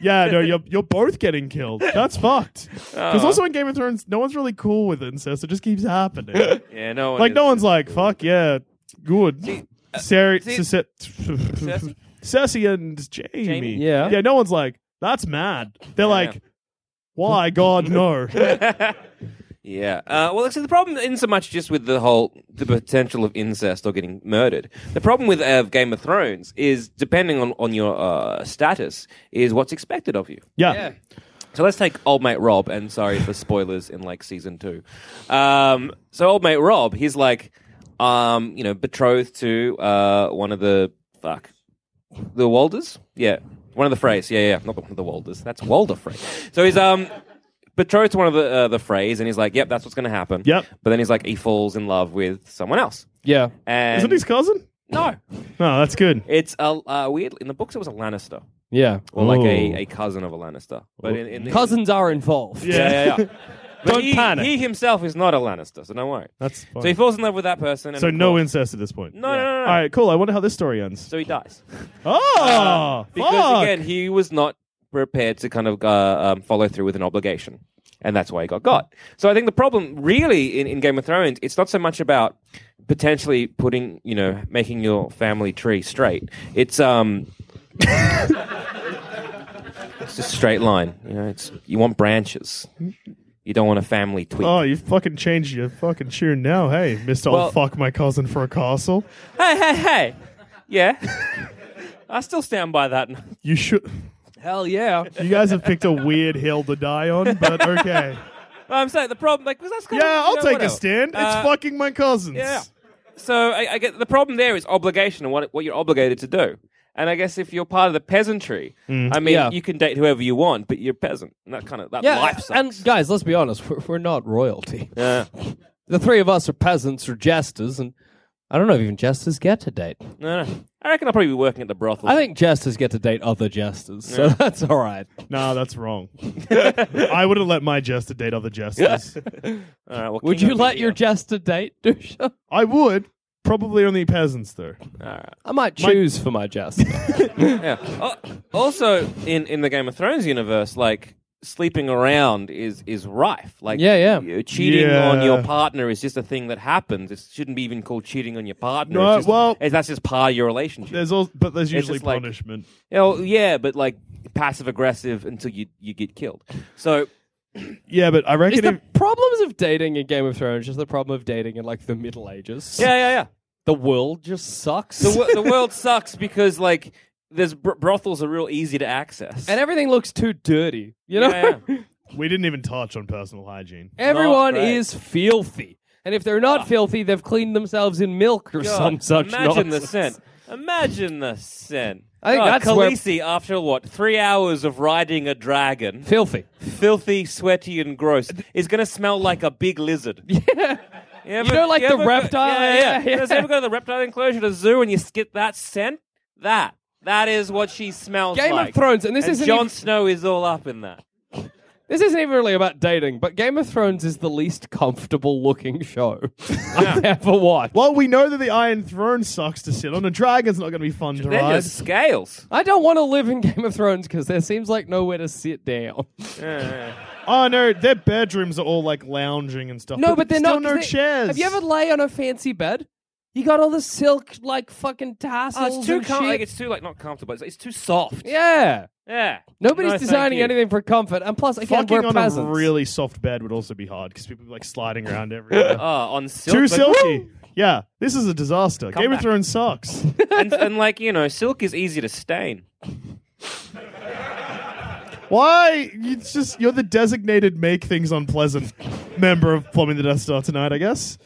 S3: Yeah, no, you're you're both getting
S5: [LAUGHS]
S3: killed. That's fucked.
S5: Oh.
S3: Because also in Game of Thrones, no one's really cool with incest. It just keeps
S5: [LAUGHS]
S3: happening.
S5: Yeah, no one.
S3: like
S5: is.
S3: no one's like, fuck yeah, good. Sari,
S5: uh, see-
S3: Sese- Cersei and Jamie.
S6: Yeah.
S3: yeah. No one's like, that's mad. They're like, why,
S5: [LAUGHS]
S3: God, no.
S5: Yeah. Uh, well, see, the problem isn't so much just with the whole the potential of incest or getting murdered. The problem with uh, Game of Thrones is depending on on your uh, status is what's expected of you.
S3: yeah.
S5: So let's take old mate Rob, and sorry for spoilers in like season two. Um, so old mate Rob, he's like, um, you know, betrothed to uh, one of the fuck the Walders, yeah, one of the Freys, yeah, yeah, not the, one of the Walders. That's Walder Frey. So he's um betrothed to one of the uh, the Freys, and he's like, yep, that's what's going to happen.
S3: Yep.
S5: But then he's like, he falls in love with someone else,
S6: Yeah.
S5: and
S3: Isn't his cousin?
S5: no,
S3: No, that's good.
S5: it's a uh, weird. In the books, it was a Lannister.
S6: Yeah.
S5: Or like
S3: Ooh.
S5: a, a cousin of a Lannister, but in, in, in
S6: Cousins are involved.
S5: yeah, yeah,
S3: [LAUGHS]
S5: yeah. But
S6: Don't
S5: he,
S6: panic.
S5: He himself is not a Lannister, so don't worry.
S3: That's fine.
S5: So he falls in love with that person. And
S3: So
S5: of
S3: no
S5: course-
S3: incest at this point.
S5: No, no, no, no.
S3: All right, cool. I wonder how this story ends.
S5: So he dies
S3: oh,
S5: because
S3: fuck.
S5: again he was not prepared to kind of uh, um, follow through with an obligation, and that's why he got got. So I think the problem really in, in Game of Thrones it's not so much about potentially putting you know making your family tree straight. It's um. [LAUGHS] It's a straight line, you know. It's you want branches. You don't want a family tweak.
S3: Oh, you fucking changed your fucking tune now. Hey, Mr. I'll
S5: Well-
S3: fuck my cousin for a castle.
S5: Hey, hey, hey. Yeah. I still stand by that.
S3: You should.
S6: Hell yeah.
S3: You guys have picked a weird hill to die on, but
S5: [LAUGHS]
S3: okay.
S5: I'm saying the problem, like, because that's kind
S3: Yeah,
S5: of. you
S3: I'll
S5: know,
S3: take a
S5: whatever.
S3: stand. It's
S5: Uh,
S3: fucking my cousins.
S5: Yeah. So I, I get the problem there is obligation and what, what you're obligated to do. And I guess if you're part of the peasantry, I mean,
S6: Mm, Yeah.
S5: you can date whoever you want, but you're a peasant. And that kind of that
S6: Yeah.
S5: life sucks.
S6: And guys, let's be honest, we're, we're not royalty.
S5: yeah.
S6: [LAUGHS] The three of us are peasants or jesters, and I don't know if even jesters get to date.
S5: No, no. I reckon I'll probably be working at the brothel.
S6: I think jesters get to date other jesters, so that's all right.
S3: Nah,
S5: [LAUGHS]
S3: that's wrong. I wouldn't let my jester date other jesters.
S5: All right, well,
S6: Would
S5: King
S6: you
S5: of
S6: let your
S5: Media.
S6: jester date, Dusha?
S3: [LAUGHS] I would. Probably only peasants, though.
S6: I might choose [LAUGHS] for my jester.
S5: Oh, yeah. Al- Also, in in the Game of Thrones universe, like sleeping around is is rife. Like
S6: Yeah, yeah.
S5: you- cheating on your
S3: Yeah.
S5: partner is just a thing that happens. It shouldn't be even called cheating on your partner.
S3: No,
S5: it's just,
S3: well-
S5: it's- that's just part of your relationship.
S3: There's all, but there's
S5: It's
S3: usually
S5: just like-
S3: punishment.
S5: Yeah, well, yeah, but like passive aggressive until you you get killed. So
S3: Yeah, but I
S6: Is
S3: reckon
S6: the
S3: if,
S6: problems of dating in Game of Thrones just the problem of dating in like the Middle Ages?
S5: yeah, yeah, yeah.
S6: the world just sucks.
S5: The, wo- the
S3: [LAUGHS]
S5: world sucks because like there's br- brothels are real easy to access.
S6: [LAUGHS] and everything looks too dirty. You know,
S5: Yeah,
S3: we didn't even touch on personal hygiene.
S6: everyone
S5: great. Ah.
S6: is filthy, and if they're not filthy, they've cleaned themselves in milk or
S5: God,
S6: some such.
S5: Imagine the
S6: nonsense.
S5: scent. Imagine the scent.
S6: I think
S5: God,
S6: that's where-
S5: Khaleesi after what three hours of riding a
S6: [LAUGHS]
S5: dragon,
S6: Filthy.
S5: filthy, sweaty, and gross, is going to smell like a big
S6: [LAUGHS]
S5: lizard. Yeah. You, ever,
S6: know, like the
S5: ever go-
S6: reptile-
S5: Yeah, yeah.
S6: yeah, yeah.
S5: Does ever go to the reptile enclosure at a zoo and you skip that scent? That that is what she smells
S6: Game
S5: like.
S6: of Thrones, and this
S5: and
S6: isn't
S5: Jon
S6: even-
S5: Snow is all up in that.
S6: This isn't even really about dating, but Game of Thrones is the least comfortable looking show I've ever watched.
S3: Well, we know that the Iron Throne sucks to sit on. A dragon's not going to be fun to
S5: They're
S3: ride.
S5: just scales.
S6: I don't want to live in Game of Thrones because there seems like nowhere to sit down.
S3: Oh no, their bedrooms are all like lounging and stuff.
S6: No, but they're
S3: still
S6: not. 'cause
S3: no
S6: they-
S3: chairs.
S6: Have you ever lay on a fancy bed? You got all the silk, like fucking tassels.
S5: Oh, it's too
S6: and
S5: com-
S6: shit.
S5: like it's too like not comfortable. It's, it's too soft.
S6: yeah.
S5: Yeah.
S6: Nobody's
S5: No, thank
S6: designing
S5: you.
S6: anything for comfort, and plus, again,
S3: fucking
S6: we're
S3: on
S6: peasants.
S3: a really soft bed would also be hard because people be like sliding around
S6: [LAUGHS]
S3: everywhere.
S5: Oh, on silk.
S3: Too
S5: like-
S3: silky. Yeah, this is a disaster. Game
S5: back.
S3: of Thrones
S6: [LAUGHS]
S3: sucks.
S5: and, and like you know, silk is easy to stain.
S3: Why? It's just you're the designated make things unpleasant member of Plumbing the Death Star tonight, I guess.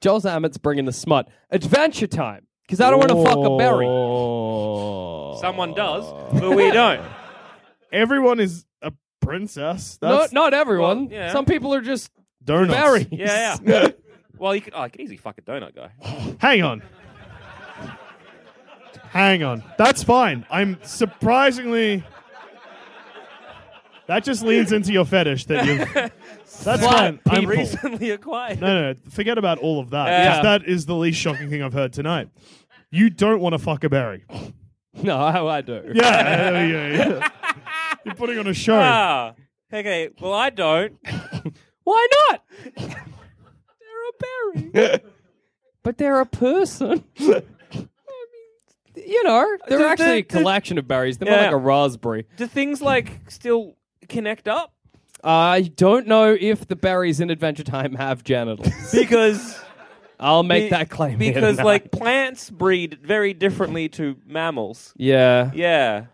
S6: Joel Zammett's bringing the smut. Adventure time, because I don't want to fuck a
S5: Oh,
S6: berry.
S3: berry.
S5: Someone does, but [LAUGHS] we don't.
S3: Everyone is a princess.
S6: Not
S3: That's
S6: not everyone.
S5: Well, yeah.
S6: Some people are just
S3: donuts.
S6: berries.
S5: Yeah, yeah. well, you could. Oh, I could easily fuck a donut [LAUGHS] guy.
S3: Hang on. Hang on. That's fine. I'm surprisingly. That just leans into your fetish that you.
S5: [LAUGHS]
S3: That's fine. I'm
S5: recently acquired.
S3: No, no, no. Forget about all of that.
S5: Yeah.
S3: because That is the least shocking thing I've heard tonight. You don't want to fuck a berry.
S6: [LAUGHS] No, I, I do.
S3: Yeah. yeah, yeah, yeah. You're putting on a show.
S5: Ah, okay. Well, I don't.
S6: Why not?
S5: They're a [LAUGHS] berry.
S6: But they're
S5: [LAUGHS]
S6: a person. I mean, you know, they're
S5: Do- do-
S6: actually a
S5: do-
S6: collection of berries. They're more
S5: Yeah.
S6: like a raspberry.
S5: Do things like still connect up?
S6: I don't know if the berries in Adventure Time
S5: [LAUGHS]
S6: have genitals.
S5: Because
S6: I'll [LAUGHS] make
S5: be-
S6: that claim. here
S5: Because
S6: [LAUGHS] tonight.
S5: like plants breed very differently to mammals.
S6: yeah.
S5: Yeah.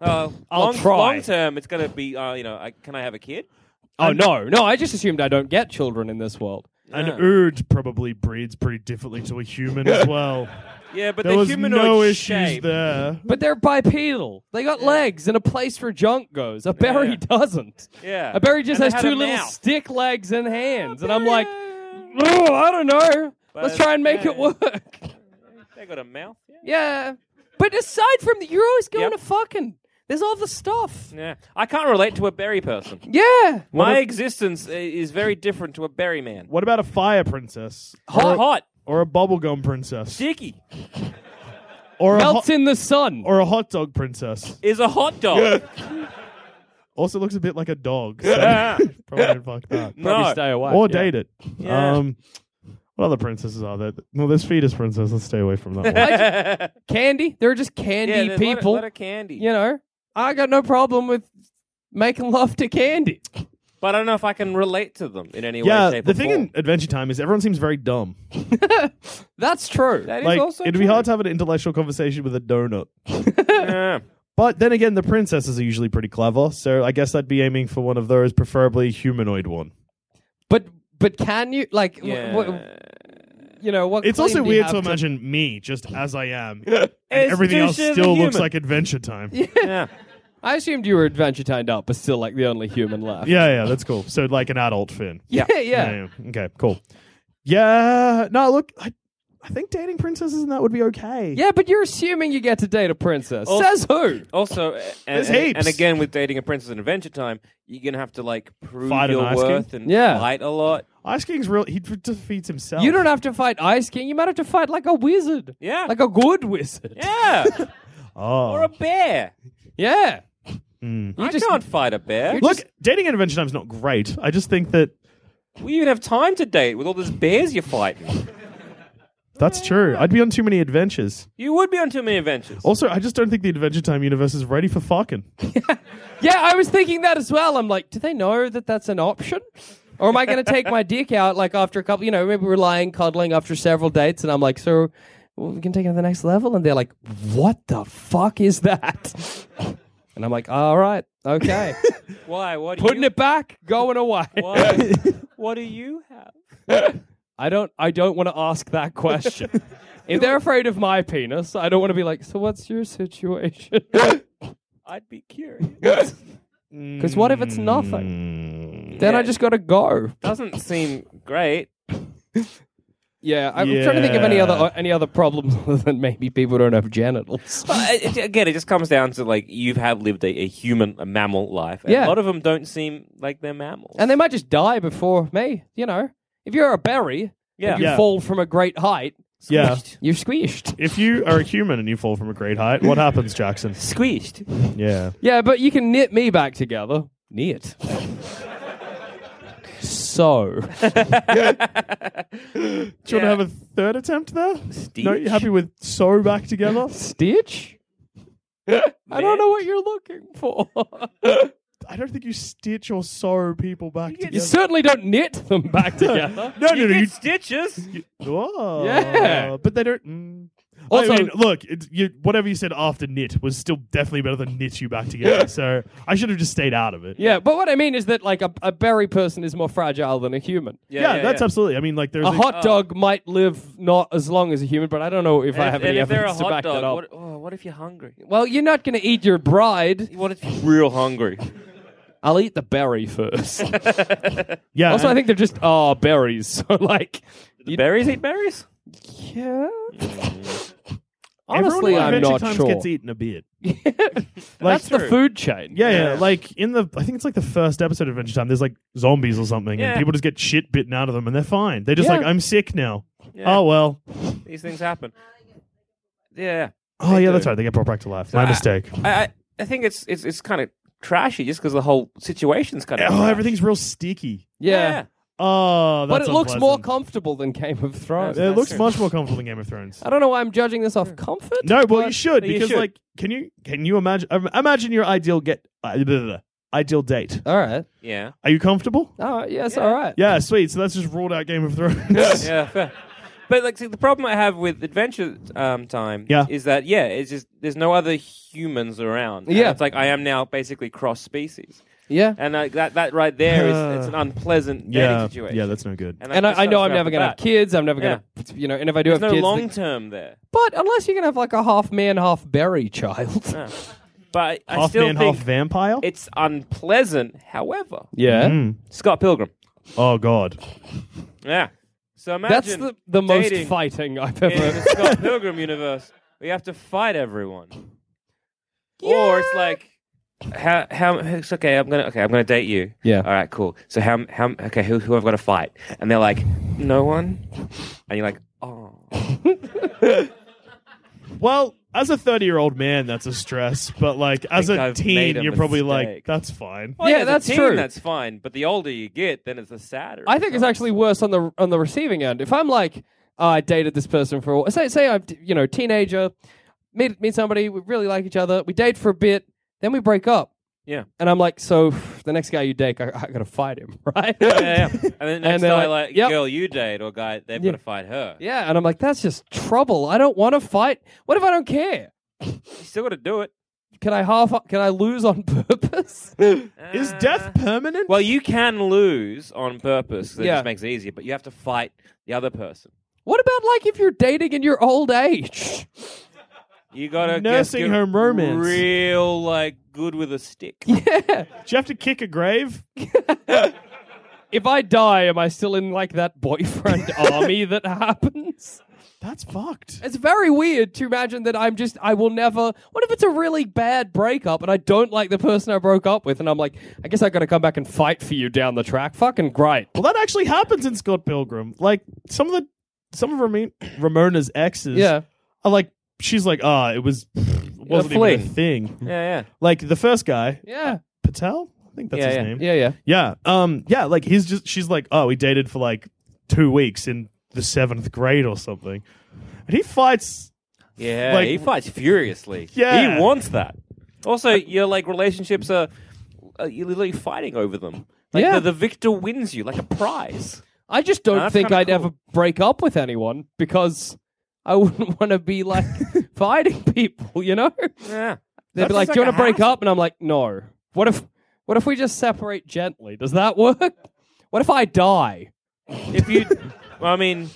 S5: Uh,
S6: I'll
S5: long,
S6: try.
S5: Long term, it's gonna be. Uh, you know, I, can I have a kid?
S6: Oh no, no! I just assumed I don't get children in this world.
S3: An
S5: Yeah.
S3: ood probably breeds pretty differently to a human as well.
S5: Yeah, but
S3: there
S5: the
S3: was
S5: humanoid
S3: no issues
S5: shape.
S3: there.
S6: But they're bipedal. They got legs and a place where junk goes. A berry
S5: yeah.
S6: doesn't.
S5: Yeah.
S6: A berry just
S5: And they
S6: has
S5: had a
S6: two little
S5: mouth. Ah,
S6: stick legs and hands, and I'm like, oh, I don't know.
S5: But-
S6: Let's try and make
S5: yeah.
S6: it work. [LAUGHS]
S5: They got a mouth. Yeah.
S6: Yeah. But aside from the you're always going
S5: Yep.
S6: to fucking. There's all the stuff.
S5: Yeah, I can't relate to a berry person.
S6: Yeah.
S5: My existence i- is very different to a berry man.
S3: What about a fire princess?
S5: Hot, hot,
S3: Or a bubblegum princess?
S5: dicky
S3: Or a, hot,
S6: Melts in the sun.
S3: or a hot dog princess?
S5: is a hot dog.
S3: Also looks a bit like a dog.
S5: [LAUGHS]
S3: So probably don't fuck that.
S6: Probably
S5: no,
S6: stay away.
S3: Or date it.
S5: Yeah.
S3: Um, what other princesses are there? No, there's fetus princess. Let's stay
S5: [LAUGHS]
S3: away from that one.
S6: Candy. They're just candy
S5: yeah, there's a lot of-
S6: people.
S5: lot of, candy.
S6: you know, I got no problem with making love to candy.
S5: but I don't know if I can relate to them in any
S3: yeah,
S5: way, shape,
S3: the
S5: or
S3: thing
S5: form.
S3: in Adventure Time is everyone seems very dumb.
S6: That's true.
S5: That is
S3: like,
S5: also
S3: it'd be
S5: true.
S3: hard to have an intellectual conversation with a donut.
S5: Yeah.
S3: But then again, the princesses are usually pretty clever, so I guess I'd be aiming for one of those, preferably humanoid one.
S6: But but can you like wh-
S5: Yeah.
S6: wh- you know what?
S3: It's
S6: claim
S3: also
S6: do you
S3: weird
S6: have
S3: to imagine me just as I
S6: [LAUGHS]
S3: am,
S5: As
S3: and everything else
S5: douche of a
S3: still looks
S5: human.
S3: like Adventure Time. Yeah.
S5: yeah.
S6: I assumed you were adventure timed up, but still like the only human left.
S3: yeah, that's cool. So like an adult Finn.
S6: [LAUGHS] yeah, [LAUGHS] yeah.
S3: yeah. Okay, cool. Yeah, no, look, I, I think dating princesses and that would be okay.
S6: Yeah, but you're assuming you get to date a princess.
S5: Also-
S6: Says who?
S5: Also, a- and,
S3: There's
S5: and, and
S3: heaps.
S5: again, with dating a princess in Adventure Time, you're gonna have to like prove
S3: Fight an
S5: your
S3: ice king?
S5: worth and
S6: Yeah.
S5: fight a
S3: [LAUGHS]
S5: lot.
S3: Ice King's real. He d- defeats himself.
S5: oh.
S6: You don't have to fight Ice King. You might have to fight like a wizard.
S5: Yeah.
S6: like a good wizard.
S5: Yeah,
S3: Oh.
S5: or a bear.
S6: Yeah.
S5: You can't fight a bear.
S3: Look, dating intervention time's not great. I just think that
S5: We even have time to date with all these bears you're fighting.
S3: that's true. I'd be on too many adventures.
S5: You would be on too many adventures.
S6: Oh.
S3: Also, I just don't think the Adventure Time universe is ready for fucking.
S6: Yeah, I was thinking that as well. I'm like, do they know that that's an option? Or am I going to take my dick out like after a couple, you know, maybe we're lying, cuddling after several dates, and I'm like, so well, we can take it to the next level? And they're like, what the fuck is that? And I'm like, all right, okay.
S5: Why? What? do
S6: Putting
S5: you-
S6: it back, going away.
S5: Why? what do you have?
S6: I don't I don't want to ask that question. if they're afraid of my penis, I don't want to be like, so what's your situation? [LAUGHS]
S5: I'd be curious.
S6: Because what if it's nothing? Then
S5: Mm.
S6: I just got to go.
S5: [COUGHS] Doesn't seem great.
S6: Yeah, I'm trying to think of any
S3: Yeah.
S6: other uh, any other problems [LAUGHS] other than maybe people don't
S3: [LAUGHS]
S6: have genitals.
S5: But uh, it, it- again, it just comes down to like you've had lived a, a human, a mammal life. And
S6: Yeah.
S5: A lot of them don't seem like they're mammals.
S6: and they might just die before me, you know. If you're a berry,
S5: yeah.
S6: you
S3: Yeah.
S6: fall from a great height,
S3: Yeah.
S6: you're squished.
S3: If you are a human and you fall from a great height, what happens,
S6: [LAUGHS]
S3: Jackson?
S5: Squeezed.
S3: Yeah.
S6: Yeah, but you can knit me back together.
S3: [LAUGHS]
S6: Knit. so,
S3: Do you want to have a third attempt there?
S6: [LAUGHS]
S3: No, you happy with so back together?
S6: Stitch? I don't know what you're looking
S3: [LAUGHS]
S6: for.
S3: I don't think you stitch or sew people back
S6: you
S3: together.
S6: certainly don't knit them back
S3: [LAUGHS]
S6: together.
S3: No, no, no. You,
S6: [LAUGHS]
S5: stitches.
S3: Whoa.
S6: Yeah.
S3: But they don't. Mm.
S6: Also-
S3: I mean, look, it's you, whatever you said after knit was still definitely better than knit you back together. so I should have just stayed out of it.
S6: Yeah, but what I mean is that like a, a berry person is more fragile than a human.
S3: Yeah, that's absolutely. I mean, like, there's
S6: a
S5: Oh.
S6: hot dog might live not as long as a human, but I don't know if I have
S5: and
S6: any
S5: if they're a
S6: evidence to
S5: hot
S6: back that
S5: dog,
S6: up.
S5: what, oh, what if you're hungry?
S6: Well, you're not going to eat your bride.
S5: What if you're real [LAUGHS] hungry?
S6: I'll eat the
S5: [LAUGHS]
S6: berry first.
S3: Yeah.
S6: also, I
S3: and-
S6: think they're just oh berries. [LAUGHS] So like,
S5: Do berries eat berries?
S3: [LAUGHS]
S6: yeah.
S3: Everyone
S6: Honestly,
S3: in
S6: I'm
S3: Adventure
S6: not
S3: Times
S6: sure.
S3: gets eaten a bit.
S6: That's the
S5: true.
S6: food chain.
S3: Yeah, yeah, Like in the, I think it's like the first episode of Adventure Time. There's like zombies or something,
S5: Yeah.
S3: and people just get shit bitten out of them, and they're fine. They're just
S6: Yeah.
S3: like, I'm sick now.
S5: Yeah.
S3: Oh well.
S5: These things happen. Yeah.
S3: Oh
S5: They
S3: yeah,
S5: do. Ah.
S3: that's right. They get brought back to life. My
S5: I-
S3: mistake.
S5: I, I, I think it's it's, it's kind of trashy just because the whole situation's kind of.
S3: Oh, everything's real sticky.
S6: yeah.
S3: Oh,
S6: But
S3: that's
S6: it looks more
S3: unpleasant.
S6: comfortable than Game of Thrones.
S3: It looks much more comfortable than Game of Thrones.
S6: I don't know why I'm judging this off comfort.
S3: No, well,
S6: but-
S3: you should
S5: Uh, but you
S3: because,
S5: should.
S3: like, can you can you imagine um, imagine your ideal get uh, blah, blah, blah, ideal date?
S6: All right.
S5: Yeah.
S3: Are you comfortable?
S6: All right. Yes. All right.
S3: Yeah, sweet. So that's just ruled out Game of Thrones.
S5: [LAUGHS] yeah, fair. But like, see, the problem I have with Adventure um, Time
S3: Yeah.
S5: is that yeah, it's just there's no other humans around. And
S6: Yeah.
S5: it's like I am now basically cross species,
S6: Yeah.
S5: and like that that right there is
S6: [SIGHS]
S5: it's an unpleasant dating
S3: [LAUGHS] yeah,
S5: situation.
S3: yeah, that's no good.
S6: And I, I know I'm never going to have kids. I'm never
S5: Yeah.
S6: going to, you know. And if I do
S5: There's
S6: have
S5: no
S6: kids,
S5: long
S6: the-
S5: term there,
S6: but unless you're going to have like a half man, half berry child.
S5: but I
S3: half
S5: still
S3: man,
S5: think
S3: half vampire.
S5: it's unpleasant. However,
S6: Yeah.
S5: Scott Pilgrim,
S3: Oh God.
S5: yeah. So
S6: That's
S5: imagine
S6: the, the most
S5: dating
S6: fighting I've
S5: in
S6: ever.
S5: the Scott Pilgrim universe. We have to fight everyone, or it's like. How how it's okay? I'm gonna okay. I'm gonna date you.
S6: Yeah.
S5: All right. Cool. So how how okay? Who who I've got to fight? And they're like, no one. And you're like, oh.
S3: Well, as a thirty-year-old man, that's a stress. But like, as
S5: think
S3: a
S5: I've
S3: teen,
S5: made a
S3: you're probably like,
S5: mistake.
S3: that's fine.
S5: Well,
S6: Yeah,
S5: as a
S6: that's
S5: teen,
S6: true.
S5: That's fine. But the older you get, then it's the sadder.
S6: [LAUGHS] I think it's
S5: becomes.
S6: actually worse on the on the receiving end. If I'm like, oh, I dated this person for a while. say say I'm you know teenager, meet meet somebody, we really like each other, we date for a bit, then we break up.
S5: Yeah.
S6: And I'm like, so the next guy you date, I, I gotta fight him, [LAUGHS] right?
S5: Yeah, yeah.
S6: [LAUGHS]
S5: And then next
S6: they're
S5: time, like,
S6: like, yep.
S5: girl you date or guy, they've got to fight her.
S6: Yeah, and I'm like, that's just trouble. I don't want to fight. What if I don't care?
S5: You still got to do it.
S6: Can I half? Can I lose on [LAUGHS] purpose?
S3: Is death permanent?
S5: Well, you can lose on purpose. That
S6: Yeah.
S5: just makes it easier. But you have to fight the other person.
S6: what about like if you're dating in your old age? [LAUGHS]
S5: You gotta
S3: Nursing
S5: just get
S3: home romance.
S5: Real like good with a stick.
S3: Do you have to kick a grave?
S6: If I die, am I still in like that [LAUGHS] boyfriend army that happens?
S3: That's fucked.
S6: It's very weird to imagine that I'm just, I will never. What if it's a really bad breakup and I don't like the person I broke up with and I'm like, I guess I gotta come back and fight for you down the track? Fucking great.
S3: Well, that actually happens in Scott Pilgrim. Like some of the some of Ramon, Ramona's exes.
S6: Yeah.
S3: Are like she's like, ah, it was [SIGHS] wasn't even
S5: fling.
S3: a thing.
S5: Yeah,
S3: Like the first guy,
S6: Yeah.
S3: Patel, I think that's
S5: Yeah,
S3: his
S5: yeah.
S3: name.
S6: Yeah, yeah.
S3: Yeah. Um. Yeah. Like he's just. She's like, oh, we dated for like two weeks in the seventh grade or something, and he fights.
S5: yeah. Yeah,
S3: Like-
S5: he fights
S6: [LAUGHS]
S5: furiously.
S3: Yeah.
S5: He wants that. Also, your like relationships are uh, you're literally fighting over them. Like
S6: Yeah.
S5: the, the victor wins you like a prize.
S6: I just don't
S5: that's
S6: think
S5: kinda
S6: I'd
S5: cool.
S6: ever break up with anyone because I wouldn't [LAUGHS] want to be like fighting people, you know?
S5: Yeah.
S6: They'd be
S5: That's
S6: like,
S5: just
S6: "Do
S5: like
S6: you want
S5: a
S6: to break
S5: hassle.
S6: up?" And I'm like, "No. What if what if we just separate gently? Does that work? What if I die?"
S5: If
S6: [LAUGHS]
S5: you, I mean,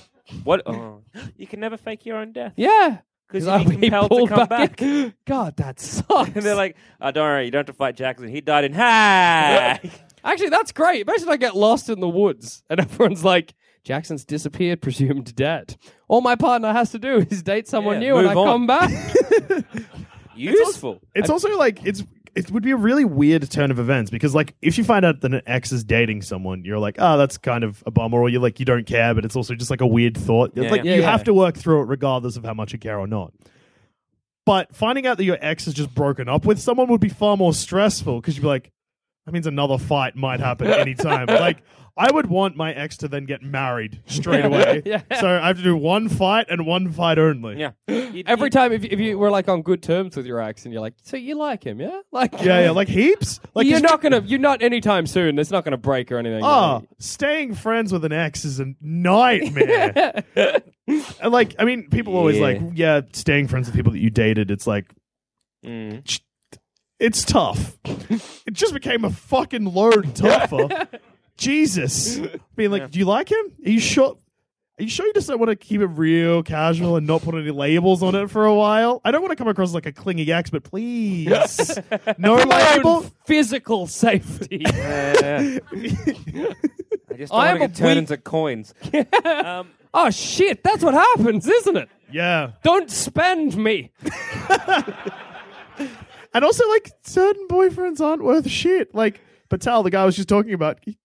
S5: what? Oh, you can never fake your own death.
S6: Yeah.
S5: 'Cause
S6: I'll
S5: you'd be compelled to
S6: pulled
S5: come
S6: in. [LAUGHS] God, that sucks.
S5: And [LAUGHS] they're like, oh, don't worry, you don't have to fight Jackson. He died in Hack.
S6: Actually, that's great. Imagine I get lost in the woods and [LAUGHS] everyone's like, Jackson's disappeared, [LAUGHS] presumed dead. All my partner has to do is date someone
S5: Yeah,
S6: new and I
S5: move on.
S6: come back.
S5: [LAUGHS] Useful.
S3: It's also like it's. It would be a really weird turn of events because, like, if you find out that an ex is dating someone, you're like, "Oh, that's kind of a bummer," or you're like, "You don't care," but it's also just like a weird thought. It's
S5: Yeah,
S3: like
S5: yeah.
S3: you
S6: Yeah,
S3: have
S6: yeah.
S3: to work through it, regardless of how much you care or not. But finding out that your ex has just broken up with someone would be far more stressful because you'd be like, "That means another fight might happen anytime." like, I would want my ex to then get married straight away,
S6: Yeah.
S3: so I have to do one fight and one fight only.
S5: Yeah. You-
S6: [GASPS] Every
S5: you-
S6: time if, if you were like on good terms with your ex and you're like, so you like him, yeah? [LAUGHS] Like,
S3: yeah, yeah, like heaps. Like
S6: you're
S3: it's-
S6: not gonna, you're not anytime soon. It's not gonna break or anything.
S3: Ah, staying friends with an ex is a nightmare. and like, I mean, people always
S5: Yeah.
S3: like, yeah, staying friends with people that you dated, it's like,
S5: Mm.
S3: it's tough. it just became a fucking load tougher. Jesus. Being like, do you like him? Are you sure? Are you sure you just don't want to keep it real casual and not put any labels on it for a while? I don't want to come across like a clingy ex, but please, no
S6: My own
S3: label.
S6: physical safety.
S5: Yeah. I just don't want
S6: I am
S5: to
S6: a
S5: get turned
S6: weak-
S5: into coins. um,
S6: oh shit, that's what happens, isn't it?
S3: Yeah.
S6: Don't spend me.
S3: And also, like, certain boyfriends aren't worth shit. Like, Patel, the guy I was just talking about, he-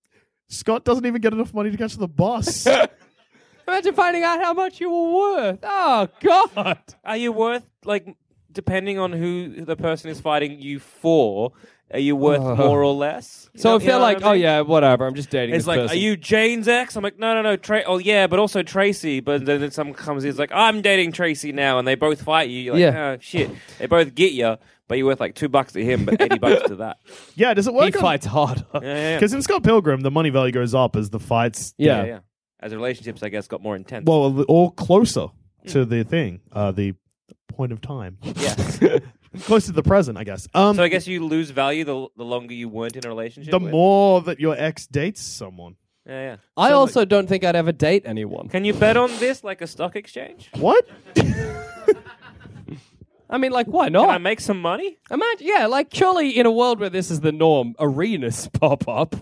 S3: Scott doesn't even get enough money to catch
S5: [LAUGHS]
S3: the bus.
S6: Imagine finding out how much you were worth. Oh god.
S5: are you worth like, depending on who the person is fighting you for? Are you worth more or less? You
S6: So
S5: know-
S6: if
S5: you
S6: they're
S5: know
S6: like,
S5: what I
S6: oh
S5: mean?
S6: yeah, whatever, I'm just dating.
S5: It's
S6: this
S5: like,
S6: person.
S5: are you Jane's ex? I'm like, no, no, no. Tra- oh, yeah, but also Tracy. But then, then someone comes in, it's like, I'm dating Tracy now, and they both fight you. You're like,
S6: Yeah.
S5: oh, shit. They both get you, but you're worth like two bucks to him, but 80 bucks to that.
S3: yeah, does it
S6: He
S3: work?
S6: fights harder.
S5: Yeah, yeah, yeah.
S3: Because in Scott Pilgrim, the money value goes up as the fights,
S6: Yeah.
S5: yeah, yeah. As relationships, I guess, got more intense.
S3: well, or closer to the thing, uh, the point of time. [LAUGHS]
S5: yeah.
S3: Close to the present, I guess. Um,
S5: so I guess you lose value the, the longer you weren't in a relationship.
S3: the
S5: with.
S3: more that your ex dates someone.
S5: Yeah, yeah.
S6: I also don't think I'd ever date anyone.
S5: Can you bet on this like a stock exchange?
S3: What?
S6: I mean, like, why
S5: Can I
S6: not?
S5: make some money?
S6: Imagine, yeah, like, surely in a world where this is the norm, arenas [LAUGHS] pop up.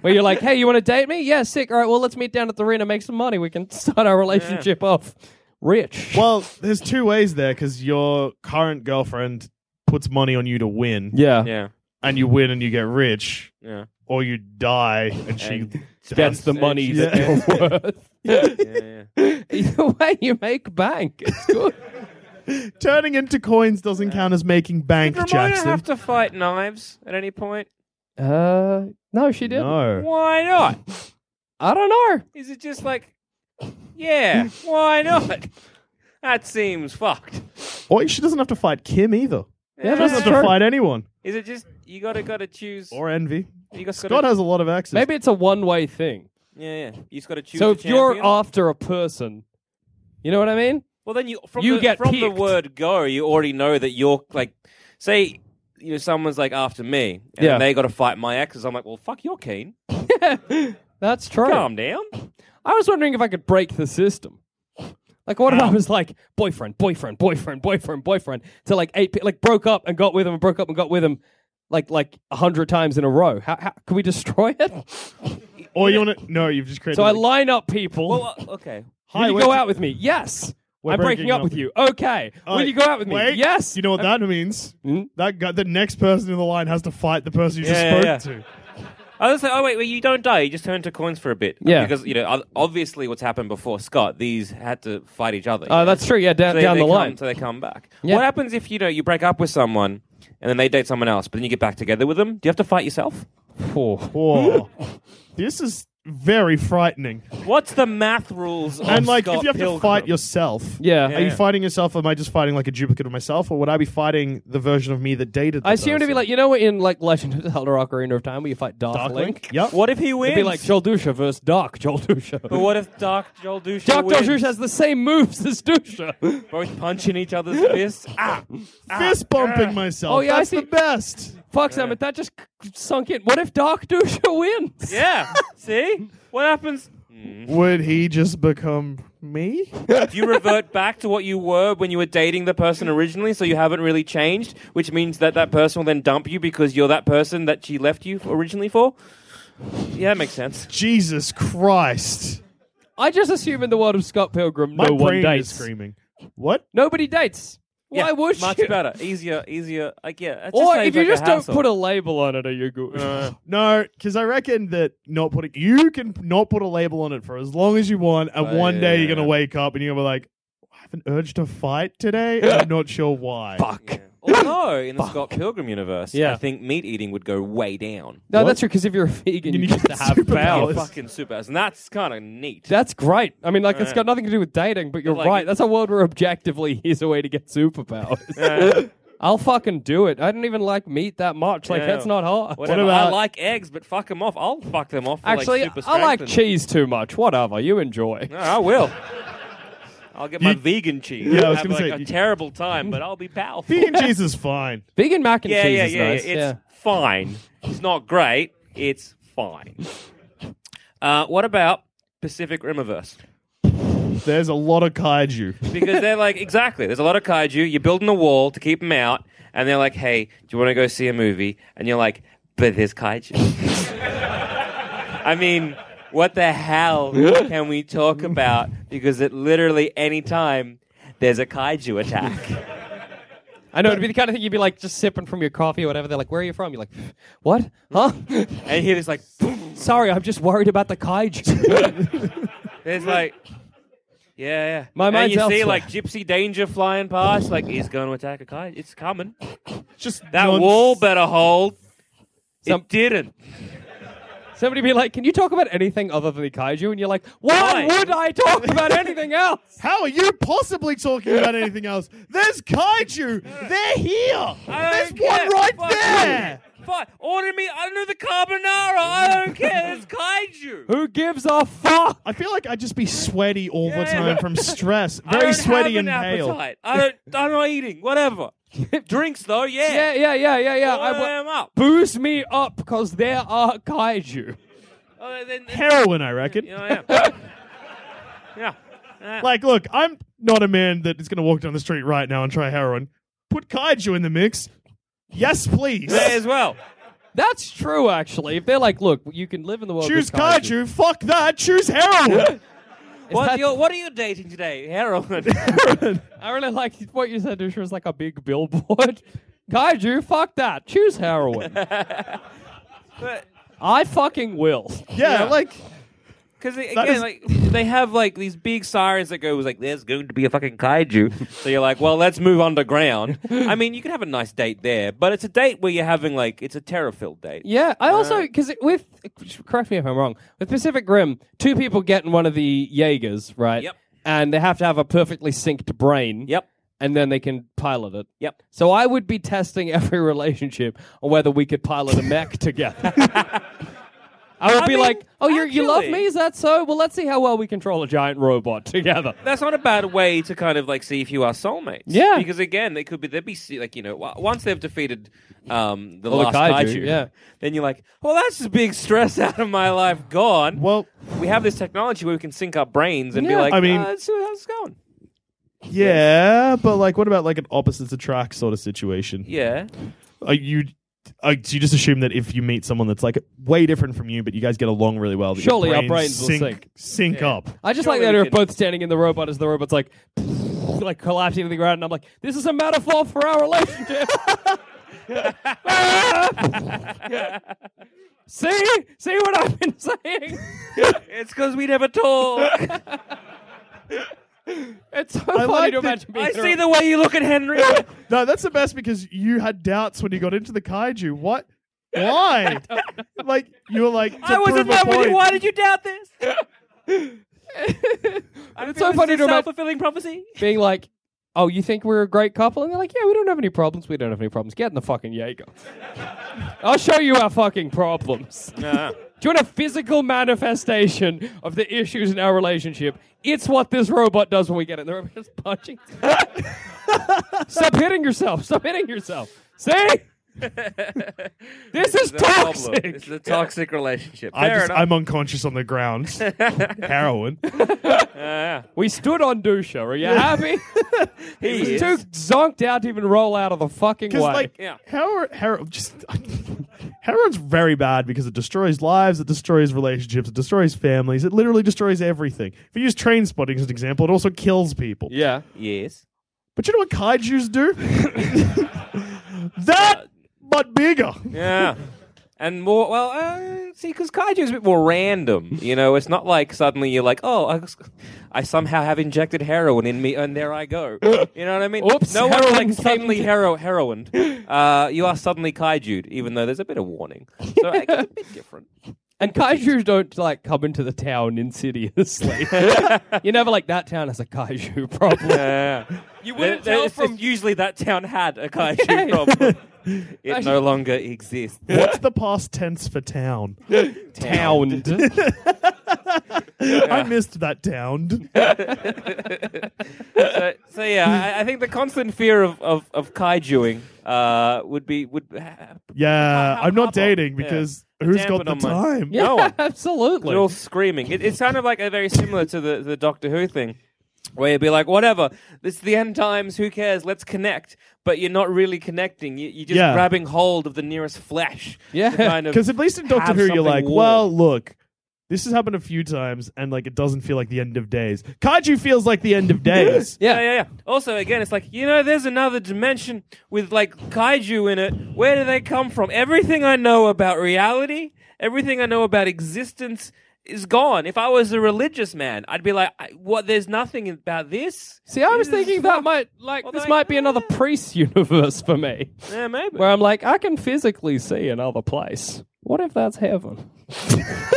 S6: Where you're like, hey, you want to date me? Yeah, sick. All right, well, let's meet down at the arena, make some money. We can [LAUGHS] start our relationship off rich.
S3: well, there's two ways there because your current girlfriend puts money on you to win,
S6: yeah.
S5: Yeah,
S3: and you win and you get rich,
S5: yeah.
S3: or you die and she
S5: And
S6: That's the money
S3: Yeah.
S6: that you're worth.
S5: [LAUGHS] yeah,
S6: Either way, [LAUGHS] you make bank. It's good.
S3: turning into coins doesn't count as making
S5: Did
S3: bank,
S5: Ramona
S3: Jackson.
S5: have to fight knives at any point?
S6: Uh, no, she didn't.
S3: no.
S5: Why not?
S6: I don't know.
S5: Is it just like, yeah, why not? That seems fucked.
S3: Or she doesn't have to fight Kim either. She
S6: Yeah,
S3: doesn't
S6: that's
S3: have to
S6: true.
S3: fight anyone.
S5: Is it just you gotta gotta choose?
S3: Or Envy.
S5: you got,
S3: Scott has a lot of exes.
S6: Maybe it's a one-way thing.
S5: yeah, yeah. You just gotta choose.
S6: so
S5: a
S6: if you're
S5: champion.
S6: after a person, you know what I mean?
S5: Well, then you from
S6: You
S5: the,
S6: get
S5: from the
S6: picked.
S5: word go, you already know that you're like, say, you know, someone's like after me, and
S6: Yeah.
S5: they got to fight my exes. I'm like, well, fuck, you're keen.
S6: That's true.
S5: Calm down.
S6: I was wondering if I could break the system. Like, what if I was like boyfriend, boyfriend, boyfriend, boyfriend, boyfriend to like eight, pe- like broke up and got with him, and broke up and got with him, like like a hundred times in a row. How, how could we destroy it?
S3: or you want to. No, you've just created.
S6: So I
S3: like,
S6: line up people.
S5: Well, uh, okay.
S3: Hi,
S6: Will you
S3: wait
S6: go
S3: to-
S6: out with me? Yes.
S3: We're
S6: I'm breaking, up with you. Okay. Will
S3: Alright,
S6: you go out with me?
S3: wait.
S6: Yes. Uh,
S3: You know what that means?
S6: Mm.
S3: That guy, the next person in the line has to fight the person you
S5: Yeah, yeah,
S3: just spoke
S5: I was like, oh wait, well, you don't die. You just turn to coins for a bit.
S6: Yeah.
S5: because you know, ob- obviously, what's happened before Scott, these had to fight each other. you
S6: Oh,
S5: know?
S6: that's true. Yeah, down,
S5: So they-
S6: down
S5: they
S6: the
S5: come-
S6: line.
S5: so they come back.
S6: Yeah.
S5: What happens if you know you break up with someone and then they date someone else, but then you get back together with them? Do you have to fight yourself?
S6: [LAUGHS]
S3: Whoa. this is very frightening.
S5: What's the math rules? Of
S3: and like,
S5: Scott
S3: if you have
S5: Pilgrim?
S3: to fight yourself,
S6: Yeah.
S3: are you fighting yourself? Or am I just fighting like a duplicate of myself, or would I be fighting the version of me that dated? The
S6: I assume it'd be
S3: person?
S6: like you know in like Legend of Zelda: Ocarina of Time where you fight Dark,
S3: Dark
S6: Link.
S3: Link. Yep.
S5: What if he wins?
S6: It'd be like Joel Dusha versus Dark Joel
S5: but
S6: Dusha.
S5: what if Dark Joel Dusha
S6: Dark Joel
S5: wins?
S6: Dusha has the same moves
S5: [LAUGHS]
S6: as Dusha.
S5: Both punching each other's
S6: [LAUGHS]
S5: fists. Ah,
S3: fist bumping myself.
S6: Oh, yeah, I
S3: that's
S6: see-
S3: the best.
S6: Fuck, Sam, but that just c- sunk in. What if Dark Dusha wins?
S5: yeah. See what happens?
S3: Would he just become me?
S5: Do you revert back to what you were when you were dating the person originally, so you haven't really changed, which means that that person will then dump you because you're that person that she left you originally for? Yeah, that makes sense.
S3: [LAUGHS] Jesus Christ!
S6: I just assume in the world of Scott Pilgrim,
S3: My
S6: no one
S3: brain
S6: dates.
S3: is screaming. What?
S6: Nobody dates. Why
S5: yeah,
S6: would
S5: much
S6: you?
S5: better, easier, easier. Like yeah, it just
S6: Or
S5: saves,
S6: if you
S5: like, a
S6: just don't
S5: hassle.
S6: put a label on it, are you good?
S3: Uh, No, because I reckon that not putting you can not put a label on it for as long as you want, and one day you're gonna wake up and you're gonna be like, I have an urge to fight today. and I'm not sure why.
S5: Yeah. Although in the Scott Pilgrim universe,
S6: Yeah.
S5: I think meat eating would go way down.
S6: no,
S3: What?
S6: that's true. Because if you're a vegan, you,
S3: You
S6: get
S3: get
S6: to have
S3: superpowers.
S6: bowels.
S5: Fucking super, and that's kind of neat.
S6: That's great. I mean, like, it's got nothing to do with dating, but you're
S5: like-
S6: right. That's a world where objectively here's a way to
S5: [LAUGHS]
S6: get superpowers. I'll fucking do it. I don't even like meat that much. Like,
S5: Yeah.
S6: that's not hard.
S5: Whatever. I
S3: about-
S5: like eggs, but fuck them off. I'll fuck them off. For,
S6: Actually,
S5: like, super
S6: I
S5: strength
S6: like
S5: and-
S6: cheese too much. Whatever. You enjoy.
S5: No, I will. I'll get my
S3: You-
S5: vegan cheese.
S3: Yeah, I was
S5: have
S3: gonna
S5: like
S3: say,
S5: a
S3: you-
S5: terrible time, but I'll be powerful.
S3: Vegan cheese is fine.
S6: Vegan mac and
S5: yeah,
S6: cheese
S5: yeah,
S6: is
S5: yeah, yeah.
S6: nice.
S5: It's fine. It's not great. It's fine. Uh, what about Pacific Rimiverse?
S3: There's a lot of kaiju.
S5: Because they're like, exactly. There's a lot of kaiju. You're building a wall to keep them out, and they're like, "Hey, do you want to go see a movie?" And you're like, "But there's kaiju." [LAUGHS] I mean, what the hell can we talk about? Because at literally any time, there's a kaiju attack.
S6: [LAUGHS] I know it'd be the kind of thing you'd be like just sipping from your coffee or whatever. They're like, "Where are you from?" You're like, "What? Huh? [LAUGHS]
S5: And he was like,
S6: Sorry, I'm just worried about
S5: [LAUGHS]
S6: the kaiju."
S5: there's like, yeah, yeah.
S6: My
S5: and
S6: mind's
S5: you see
S6: elsewhere.
S5: like Gypsy Danger flying past, like he's going to attack a guy. It's coming.
S3: Just
S5: That
S3: non-
S5: wall better hold.
S6: Some-
S5: it didn't.
S6: Somebody be like, "Can you talk about anything other than the kaiju?" And you're like, "Why
S5: Why?
S6: would I talk about
S3: [LAUGHS]
S6: anything else?"
S3: How are you possibly talking about anything else? There's kaiju. They're here.
S5: I
S3: There's
S5: don't
S3: one
S5: care.
S3: right
S5: Fuck
S3: there.
S5: you. Fuck. Order me under the carbonara. I don't care. It's kaiju.
S6: Who gives a fuck?
S3: I feel like I'd just be sweaty all the
S5: Yeah.
S3: time from stress.
S5: [LAUGHS] I
S3: Very
S5: don't
S3: sweaty
S5: have
S3: and
S5: an
S3: pale.
S5: appetite. I don't. I'm not eating. Whatever. [LAUGHS] Drinks though. Yeah.
S6: Yeah, yeah, yeah, yeah, yeah. I
S5: Order
S6: wa-
S5: them up.
S6: boost me up because there are kaiju.
S5: Oh, then,
S3: Heroin, I reckon.
S5: you know, yeah. yeah.
S3: Like, look, I'm not a man that is going to walk down the street right now and try heroin. Put kaiju in the mix. Yes, please.
S5: May as well.
S6: That's true, actually. If they're like, "Look, you can live in the world."
S3: Choose
S6: with kaiju."
S3: kaiju. Fuck that.
S5: [LAUGHS]
S3: Choose heroin.
S6: Is
S5: What,
S6: that-
S5: are you- what are you dating today? Heroin.
S6: I really like what you said, Dusha, was like a big billboard. [LAUGHS] Kaiju, fuck that. Choose heroin. I fucking will.
S3: yeah, like,
S5: Because again,
S3: That is-
S5: like they have like these big sirens that goes like, "There's going to be a fucking kaiju." so you're like, "Well, let's move underground." I mean, you can have a nice date there, but it's a date where you're having like it's a terror-filled date.
S6: Yeah, I also because with correct me if I'm wrong. With Pacific Rim, two people get in one of the Jaegers, right?
S5: Yep.
S6: And they have to have a perfectly synced brain.
S5: Yep.
S6: And then they can pilot it.
S5: Yep.
S6: So I would be testing [LAUGHS] every relationship on whether we could pilot
S5: [LAUGHS]
S6: a mech together. I would
S5: I
S6: be
S5: mean,
S6: like, "Oh, you you love
S5: actually-
S6: me? Is that so? Well, let's see how well we control a giant robot [LAUGHS] together."
S5: That's not a bad way to kind of like see if you are soulmates.
S6: Yeah.
S5: because again, they could be they'd be se- like you know wa- once they've defeated um, the
S6: All the
S5: last
S6: kaiju,
S5: kaiju,
S6: yeah.
S5: Then you're like, well, that's just big stress out of my life gone.
S3: well,
S5: we have this technology where we can sync our brains and be
S6: Yeah.
S5: like,
S3: I mean-
S5: uh, let's see how it's going.
S3: yeah, but like, what about like an opposites attract sort of situation?
S5: Yeah, [LAUGHS]
S3: Are you? Are, do you just assume that if you meet someone that's like way different from you, but you guys get along really well, that your
S6: Surely our
S3: brains
S6: brains will
S3: sync
S6: sync.
S3: sync up?
S6: I just
S5: Surely
S6: like that
S5: we
S6: they're
S5: could-
S6: both standing in the robot as the robot's like, [LAUGHS] like collapsing to the ground, and I'm like, this is a metaphor for our relationship. [LAUGHS] See? See what I've been saying? [LAUGHS]
S5: It's because we never talk.
S6: it's so
S3: I
S6: funny
S3: like
S6: to
S3: that-
S6: imagine being
S5: I
S6: in a-
S5: see the way you look at Henry.
S3: No, that's the best because you had doubts when you got into the kaiju. What? Why? like you were like, to
S5: I was in
S3: prove a
S5: love with you.
S3: point.
S5: Why did you doubt this?
S6: And it's so funny to
S5: self
S6: imagine
S5: fulfilling prophecy.
S6: being like, oh, you think we're a great couple? And they're like, yeah, we don't have any problems. We don't have any problems. Get in the fucking Jaeger. [LAUGHS] I'll show you our fucking [LAUGHS] problems. Do you want a physical manifestation of the issues in our relationship? It's what this robot does when we get it. The robot's [LAUGHS] punching. Stop hitting yourself. Stop hitting yourself. [LAUGHS] See? this, is toxic.
S5: It's a toxic relationship.
S3: I
S5: Fair
S3: just,
S5: enough.
S3: I'm unconscious on the ground. Heroin.
S6: We stood on Dusha. Are you happy? [LAUGHS] he was
S5: is.
S6: too zonked out to even roll out of the fucking way.
S3: Because like,
S5: Yeah.
S3: hero, hero, just [LAUGHS] heroin's very bad because it destroys lives, it destroys relationships, it destroys families, it literally destroys everything. If you use train spotting as an example, it also kills people.
S6: yeah.
S5: Yes.
S3: But you know what kaiju's do? that, but bigger.
S5: Yeah. And more, well, uh, see, because kaiju is a bit more random. You know, it's not like suddenly you're like, oh, I, I somehow have injected heroin in me, and there I go. You know what I mean?
S6: Oops,
S5: no one's
S6: heroin
S5: like suddenly
S6: came-
S5: hero heroined. Uh, you are suddenly kaiju'd, even though there's a bit of warning. So it's a bit different.
S6: And kaiju don't like come into the
S5: [LAUGHS]
S6: town insidiously. you never like that town has a kaiju problem.
S5: You
S6: wouldn't tell from-
S5: usually that town had a kaiju
S6: Yeah.
S5: problem.
S3: [LAUGHS]
S5: It no longer exists.
S3: What's the past tense for town?
S6: Towned.
S3: I missed
S5: [LAUGHS]
S3: that town.
S5: so, so yeah, I, I think the constant fear of of, of kaijuing uh, would be would.
S3: Yeah, I'm not
S5: how-
S3: dating
S5: yeah.
S3: because
S5: The
S3: who's got
S5: dampen
S3: the
S5: on my-
S3: time?
S6: yeah,
S5: No
S3: [LAUGHS]
S5: one.
S6: [LAUGHS] absolutely.
S5: They're all screaming. It, it's kind of like a very similar to the, the Doctor Who thing, where you'd be like, whatever, it's the end times, who cares, let's connect. But you're not really connecting. You, you're just
S3: Yeah.
S5: grabbing hold of the nearest flesh.
S6: Yeah.
S5: to
S3: [LAUGHS]
S5: kind of
S3: Because at least in Doctor
S5: have
S3: Who, you're
S5: something
S3: like,
S5: warm.
S3: well, look, this has happened a few times, and like it doesn't feel like the end of days. Kaiju feels like the end of days.
S6: Yeah.
S5: Yeah, yeah, yeah. Also, again, it's like, you know, there's another dimension with like kaiju in it. Where do they come from? Everything I know about reality, everything I know about existence is gone. If I was a religious man, I'd be like, I, what, there's nothing about this?
S6: See, I was
S5: This is
S6: thinking that
S5: fuck-
S6: might like
S5: Well,
S6: this
S5: they-
S6: might be another priest [LAUGHS] universe for me.
S5: Yeah, maybe.
S6: Where I'm like, I can physically see another place. What if that's heaven? [LAUGHS]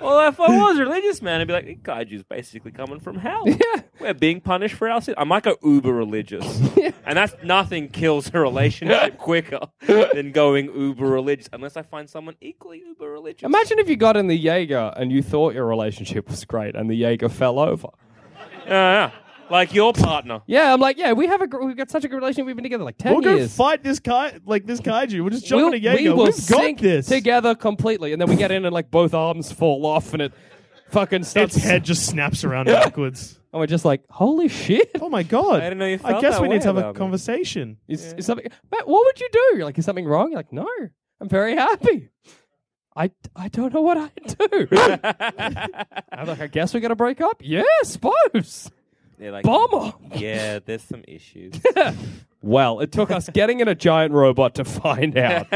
S5: Well, if I was a religious man, I'd be like, kaiju's basically coming from hell.
S6: [LAUGHS] Yeah.
S5: We're being punished for our sin. I might go uber
S6: [LAUGHS]
S5: religious. And that's nothing kills a relationship quicker than going uber religious, unless I find someone equally uber religious.
S6: Imagine if you got in the Jaeger and you thought your relationship was great and the Jaeger fell over.
S5: Yeah, yeah. Like your partner.
S6: Yeah, I'm like, yeah, we have a gr- we've got such a good relationship. We've been together like 10
S3: We'll go
S6: years.
S3: fight this kai like this kaiju. We'll just jump
S6: We'll-
S3: in a Jaeger.
S6: We will
S3: have got
S6: sink
S3: this.
S6: together completely, and then we get in and like both arms fall off, and it fucking starts.
S3: Its head just snaps around backwards.
S6: And we're just like, holy shit!
S3: [LAUGHS] Oh my god!
S5: I didn't know you
S3: I
S5: felt
S3: guess
S5: that
S3: we need to
S5: way
S3: have a
S5: about me.
S3: conversation.
S6: Is, is something? But what would you do? You're like, is something wrong? You're like, no, I'm very happy. I, I don't know what I
S3: [LAUGHS]
S6: do. I'm like, I guess we're gonna break up. Yeah, suppose.
S5: They're like,
S6: Bomber.
S5: yeah, there's some
S6: [LAUGHS]
S5: issues.
S6: Well, it took us getting in a giant robot to find out.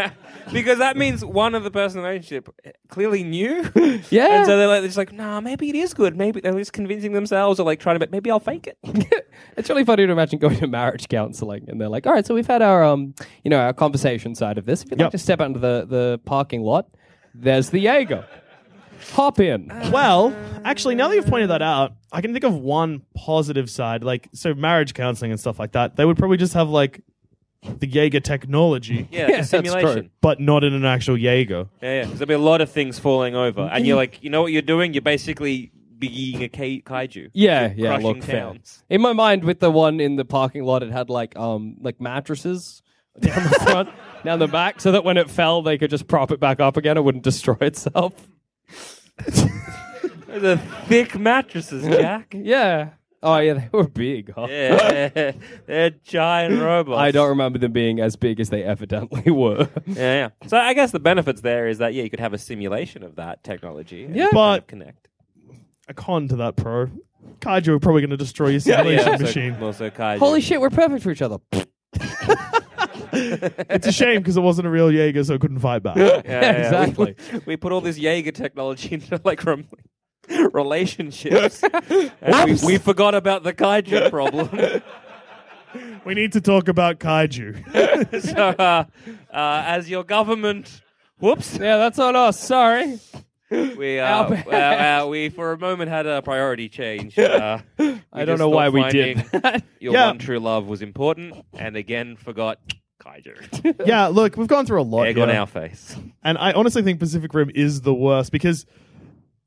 S5: because that means one of the person in the relationship eh, clearly knew.
S6: [LAUGHS] Yeah.
S5: And so they're like, they're just like, nah, maybe it is good. Maybe they're just convincing themselves or like trying to, make, maybe I'll fake it.
S6: It's really funny to imagine going to marriage counseling and they're like, "All right, so we've had our um, you know, our conversation side of this. If you'd like
S3: Yep.
S6: to step out into the the parking lot, there's the Jaeger. Hop in."
S5: Ah,
S3: Well, actually, now that you've pointed that out, I can think of one positive side. Like, so marriage counseling and stuff like that, they would probably just have like the Jaeger technology,
S5: Yeah,
S6: [LAUGHS] Yeah,
S5: a
S6: that's
S5: simulation.
S3: but not in an actual Jaeger.
S5: Yeah, yeah. 'Cause there'll be a lot of things falling over. And you're like, you know what you're doing? You're basically being a kai- kaiju.
S6: Yeah, yeah,
S5: crushing
S6: look, fair.
S5: towns.
S6: In my mind, with the one in the parking lot, it had like um, like mattresses down the front, down the back, so that when it fell, they could just prop it back up again. It wouldn't [LAUGHS] destroy itself.
S5: Those are thick mattresses,
S6: [LAUGHS]
S5: Jack.
S6: Yeah. Oh yeah, they were big. Huh?
S5: yeah. [LAUGHS] They're giant robots.
S6: I don't remember them being as big as they evidently [LAUGHS] were.
S5: Yeah, yeah. So I guess the benefits there is that yeah, you could have a simulation of that technology. and
S6: Yeah.
S5: kind
S3: But-
S5: of connect.
S3: a con to that, pro. Kaiju are probably going to destroy your simulation
S5: also-
S3: machine.
S5: Also, kaiju.
S6: Holy shit, we're perfect for each other.
S3: It's a shame because it wasn't a real Jaeger, so I couldn't fight back.
S6: [LAUGHS] exactly.
S5: We put all this Jaeger technology [LAUGHS] into like rem-
S6: [LAUGHS]
S5: relationships. and
S6: Whoops.
S5: we, we forgot about the kaiju problem. [LAUGHS]
S3: We need to talk about kaiju. [LAUGHS]
S5: so, uh, uh, as your government,
S3: [LAUGHS]
S5: whoops,
S6: Yeah, that's on us. Sorry.
S5: we uh,
S6: Our
S5: uh, uh, we for a moment had a priority change. [LAUGHS] Uh,
S6: I don't know why we did.
S3: [LAUGHS]
S6: that.
S5: Your
S3: Yeah.
S5: one true love was important, and again forgot [LAUGHS] kaiju.
S3: yeah, look, we've gone through a lot.
S5: Egg
S3: here.
S5: on our face.
S3: And I honestly think Pacific Rim is the worst because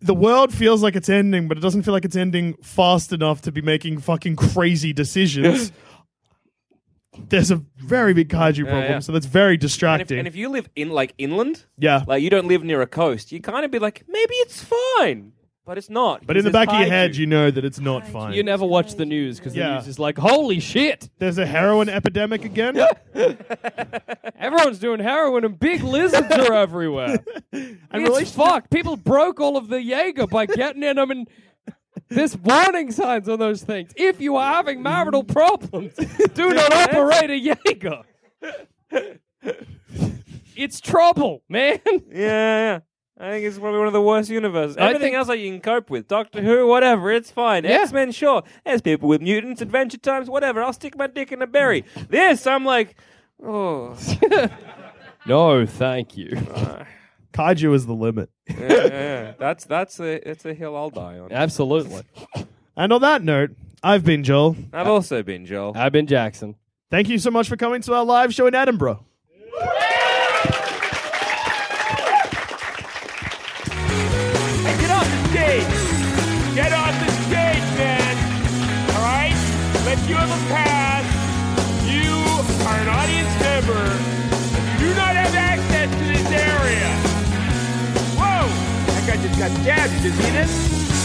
S3: the world feels like it's ending, but it doesn't feel like it's ending fast enough to be making fucking
S5: [LAUGHS]
S3: crazy decisions. There's a very big kaiju problem,
S5: yeah.
S3: so that's
S5: And
S3: very
S5: if,
S3: distracting.
S5: and if you live in like inland,
S3: yeah.
S5: like you don't live near a coast, you kind of be like, maybe it's fine, but it's not.
S3: but in the back of your head, you know that it's not fine.
S6: You never watch the news because the
S3: Yeah.
S6: news is like, holy shit,
S3: There's a heroin epidemic again.
S6: everyone's doing heroin and big lizards are everywhere.
S3: [LAUGHS] And
S6: it's
S3: relation-
S6: fucked. People broke all of the Jaeger by getting in them and there's warning signs on those things. If you are having
S3: [LAUGHS]
S6: marital problems, do not operate a Jaeger. it's trouble, man.
S5: Yeah, yeah. I think it's probably one of the worst universes.
S6: I
S5: Everything
S6: think-
S5: else that you can cope with, Doctor Who, whatever, it's fine.
S6: Yeah.
S5: X Men, sure. There's people with mutants, Adventure Times, whatever. I'll stick my dick in a [LAUGHS] berry. This, I'm like, oh,
S6: No, thank you.
S3: kaiju is the limit.
S5: yeah, that's that's a it's a hill I'll die on.
S6: Absolutely.
S3: And on that note, I've been Joel.
S5: I've also been Joel.
S6: I've been Jackson.
S3: Thank you so much for coming to our live show in Edinburgh.
S4: Get off the stage! Get off the stage, man! Alright? Let you have a pass. You are an audience member. You do not have access to this area. Whoa! That guy just got stabbed. Did you see this?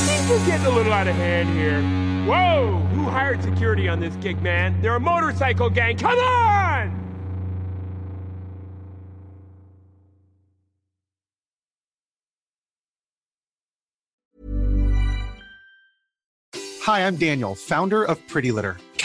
S4: Things are getting a little out of hand here. Whoa! Who hired security on this gig, man? They're a motorcycle gang. Come on!
S8: Hi, I'm Daniel, founder of Pretty Litter.